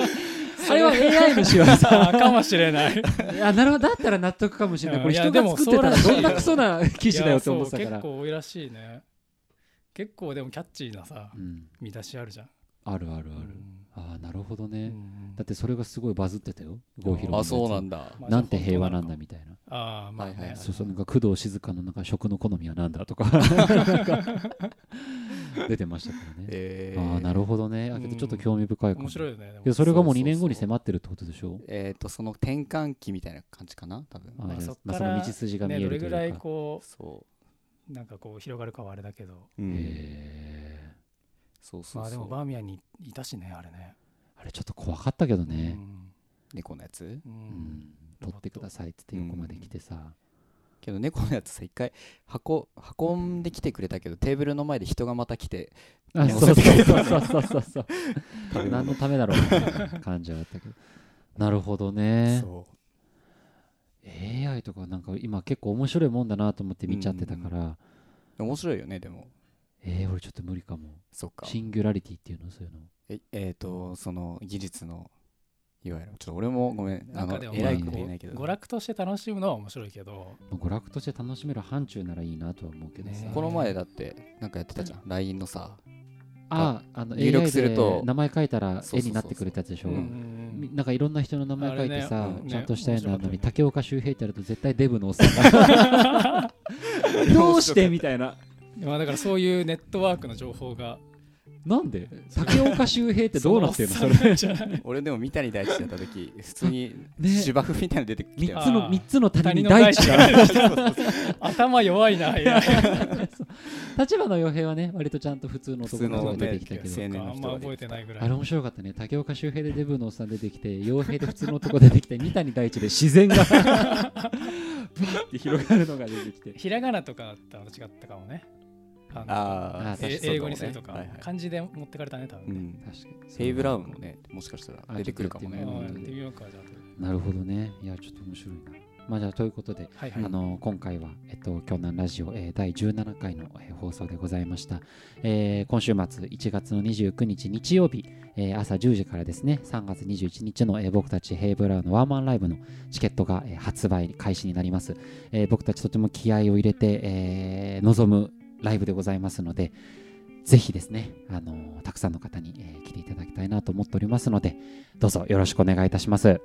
[SPEAKER 1] あれは AI の仕業
[SPEAKER 3] あーかもしれ ない
[SPEAKER 1] いやなるほどだったら納得かもしれないこれ
[SPEAKER 3] いや
[SPEAKER 1] 人
[SPEAKER 3] で
[SPEAKER 1] が
[SPEAKER 3] も
[SPEAKER 1] 作ってたらど
[SPEAKER 3] そうら しい
[SPEAKER 1] ん
[SPEAKER 3] よ
[SPEAKER 1] なクソな記事だよって思ってた
[SPEAKER 3] い
[SPEAKER 1] から
[SPEAKER 3] やそう結構多いらしいね結構でもキャッチーなさ
[SPEAKER 1] うん
[SPEAKER 3] 見出しあるじゃん
[SPEAKER 1] あるあるある
[SPEAKER 3] うん
[SPEAKER 1] ああなるほどね
[SPEAKER 3] うん
[SPEAKER 1] だってそれがすごいバズってたよ郷ひろみのやつ
[SPEAKER 2] あそうなんだ
[SPEAKER 3] まあ
[SPEAKER 1] なんて平和なん
[SPEAKER 3] じゃ
[SPEAKER 1] だ
[SPEAKER 3] あ
[SPEAKER 1] みたいな
[SPEAKER 3] ああまあね、
[SPEAKER 2] はいはい
[SPEAKER 1] そうそうなんか工藤静香のなんか食の好みはなんだとかなんか出てましたからね
[SPEAKER 2] え
[SPEAKER 1] ああな
[SPEAKER 2] る
[SPEAKER 1] るほどねあけどちょっと興味深いかも
[SPEAKER 3] 面白いよねでも
[SPEAKER 1] いやそれがもう2年後
[SPEAKER 2] そうそう
[SPEAKER 1] に
[SPEAKER 2] そう
[SPEAKER 1] 迫ってるってことでしょ
[SPEAKER 2] えっ、とその転換期みたいな感じかな多分
[SPEAKER 1] あ
[SPEAKER 3] なん
[SPEAKER 1] ー
[SPEAKER 3] か
[SPEAKER 1] じゃ
[SPEAKER 3] そ
[SPEAKER 1] あ
[SPEAKER 3] っ
[SPEAKER 1] まあ
[SPEAKER 3] か
[SPEAKER 1] その
[SPEAKER 3] ら
[SPEAKER 1] 道筋が見
[SPEAKER 3] ね
[SPEAKER 1] え
[SPEAKER 3] ど
[SPEAKER 1] る
[SPEAKER 3] れ
[SPEAKER 1] とい
[SPEAKER 3] ぐ
[SPEAKER 1] うから
[SPEAKER 3] いこ
[SPEAKER 2] そう
[SPEAKER 3] なんかこう広がるかはあれだけど
[SPEAKER 2] う、うん
[SPEAKER 1] へー
[SPEAKER 2] そうそうそう、
[SPEAKER 3] まあでもバーミヤンにいたしねあれね
[SPEAKER 1] あれちょっと怖かったけどね
[SPEAKER 2] 猫のやつ
[SPEAKER 3] うんう
[SPEAKER 1] うんん取ってくださいって言って横まで来てさ
[SPEAKER 2] けど猫のやつさ一回箱運んできてくれたけどテーブルの前で人がまた来て
[SPEAKER 1] あ
[SPEAKER 2] ん
[SPEAKER 1] そうそうそうそうそうそう
[SPEAKER 2] 食べ
[SPEAKER 1] 何
[SPEAKER 2] 物
[SPEAKER 1] のためだろうみたいな感じはあったけどなるほどね
[SPEAKER 2] そ
[SPEAKER 1] AI とかなんか今結構面白いもんだなと思って見ちゃってたから
[SPEAKER 2] う面白いよねでも
[SPEAKER 1] えー俺ちょっと無理かも
[SPEAKER 2] そっか
[SPEAKER 1] シンギュラリティっていうのそういうの
[SPEAKER 2] ええー、とその技術のいわゆるちょっと俺もごめん
[SPEAKER 3] な
[SPEAKER 2] あ
[SPEAKER 3] んか
[SPEAKER 2] の
[SPEAKER 3] でも
[SPEAKER 2] 偉い
[SPEAKER 3] こ
[SPEAKER 2] こ
[SPEAKER 3] とう
[SPEAKER 2] 言えないけど
[SPEAKER 3] 娯楽として楽しむのは面白いけど
[SPEAKER 1] まあ娯楽として楽しめる範疇ならいいなとは思うけどさ
[SPEAKER 3] ね
[SPEAKER 2] この前だってなんかやってたじゃん LINE のさ
[SPEAKER 1] ああの
[SPEAKER 2] 入力
[SPEAKER 1] AI
[SPEAKER 2] する
[SPEAKER 1] で
[SPEAKER 2] と
[SPEAKER 1] 名前書いたら
[SPEAKER 2] そうそうそうそう
[SPEAKER 1] 絵になってくれたやつでしょ
[SPEAKER 2] うん
[SPEAKER 1] みなんかいろんな人の名前書いて
[SPEAKER 3] あ
[SPEAKER 1] さ、
[SPEAKER 3] れねうん
[SPEAKER 1] ちゃんとしたやつなの
[SPEAKER 3] ね面白かったよ
[SPEAKER 1] に
[SPEAKER 3] ね
[SPEAKER 1] 竹岡周平ってやると絶対デブのおっさんがどうしてみたいな
[SPEAKER 3] まあだからそういうネットワークの情報が
[SPEAKER 1] なんで竹岡周平ってどうなってるのそれ
[SPEAKER 3] じゃない
[SPEAKER 2] 俺でも三谷大地だった時 普通に
[SPEAKER 1] ね
[SPEAKER 2] 芝生みたいなの出て
[SPEAKER 1] 三
[SPEAKER 2] きて
[SPEAKER 1] つの
[SPEAKER 3] あー
[SPEAKER 1] 三つの
[SPEAKER 3] 他
[SPEAKER 1] 谷
[SPEAKER 3] 人
[SPEAKER 1] に
[SPEAKER 3] の
[SPEAKER 1] 大
[SPEAKER 3] 大
[SPEAKER 1] 地
[SPEAKER 3] 地
[SPEAKER 1] が
[SPEAKER 3] 頭弱いな AI
[SPEAKER 1] 立花洋平はね割とちゃんと普通の男
[SPEAKER 2] 普通
[SPEAKER 1] の人
[SPEAKER 2] の
[SPEAKER 1] が出
[SPEAKER 2] ね
[SPEAKER 1] てきたけど
[SPEAKER 2] 青年
[SPEAKER 3] あ
[SPEAKER 2] の
[SPEAKER 3] ん
[SPEAKER 2] 人
[SPEAKER 3] ま
[SPEAKER 2] が
[SPEAKER 3] 覚
[SPEAKER 2] 出
[SPEAKER 3] え
[SPEAKER 2] て
[SPEAKER 3] て
[SPEAKER 2] きた
[SPEAKER 3] ないぐら
[SPEAKER 1] あ
[SPEAKER 3] い
[SPEAKER 1] れ面白かったね竹岡周平でデブのおっさん出てきて洋平で普通の男出てきて三谷大地で自 然がブワッて広がるのが出てきて
[SPEAKER 3] ひらがなとかだったら違ったかもねあの
[SPEAKER 2] あ
[SPEAKER 1] あー確か
[SPEAKER 2] ー
[SPEAKER 1] に
[SPEAKER 3] え英語にするとか、
[SPEAKER 2] はいはい
[SPEAKER 3] 漢字で持ってかれたね多
[SPEAKER 2] う
[SPEAKER 3] 分ね、
[SPEAKER 2] ん
[SPEAKER 1] 確かに
[SPEAKER 2] セイブラウンもねもしかしたら出てくるかも
[SPEAKER 3] う
[SPEAKER 1] うん
[SPEAKER 2] ね
[SPEAKER 3] ん、
[SPEAKER 1] あ
[SPEAKER 3] やってみようかじゃあ
[SPEAKER 1] なるほどねいやちょっと面白いなまあじゃあということで
[SPEAKER 3] はいは
[SPEAKER 1] あ
[SPEAKER 3] い、
[SPEAKER 1] の今回は、えっと、京南ラジオ、えー第17回の、えー放送でございました、えー今週末1月の29日日曜日、えー朝10時からですね3月21日の、えー僕たちヘイブラウンのワーマンライブのチケットが、えー発売開始になります、えー僕たちとても気合を入れて、えー臨むライブでございますのでぜひですね、あのーたくさんの方に、えー来ていただきたいなと思っておりますのでどうぞよろしくお願いいたします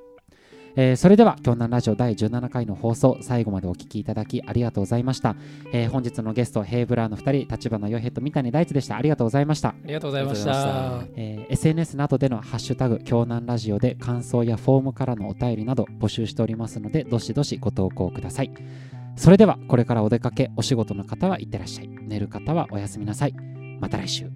[SPEAKER 1] えーそれでは「京南ラジオ」第17回の放送最後までお聞きいただきありがとうございました、えー本日のゲストヘイブラーの2人立花洋平と三谷大地でしたありがとうございました
[SPEAKER 3] ありがとうございまし
[SPEAKER 2] ありがとうございま
[SPEAKER 3] た
[SPEAKER 2] した
[SPEAKER 1] えー SNS などでの「ハッシュタグ京南ラジオ」で感想やフォームからのお便りなど募集しておりますのでどしどしご投稿くださいそれではこれからお出かけお仕事の方はいってらっしゃい寝る方はおやすみなさいまた来週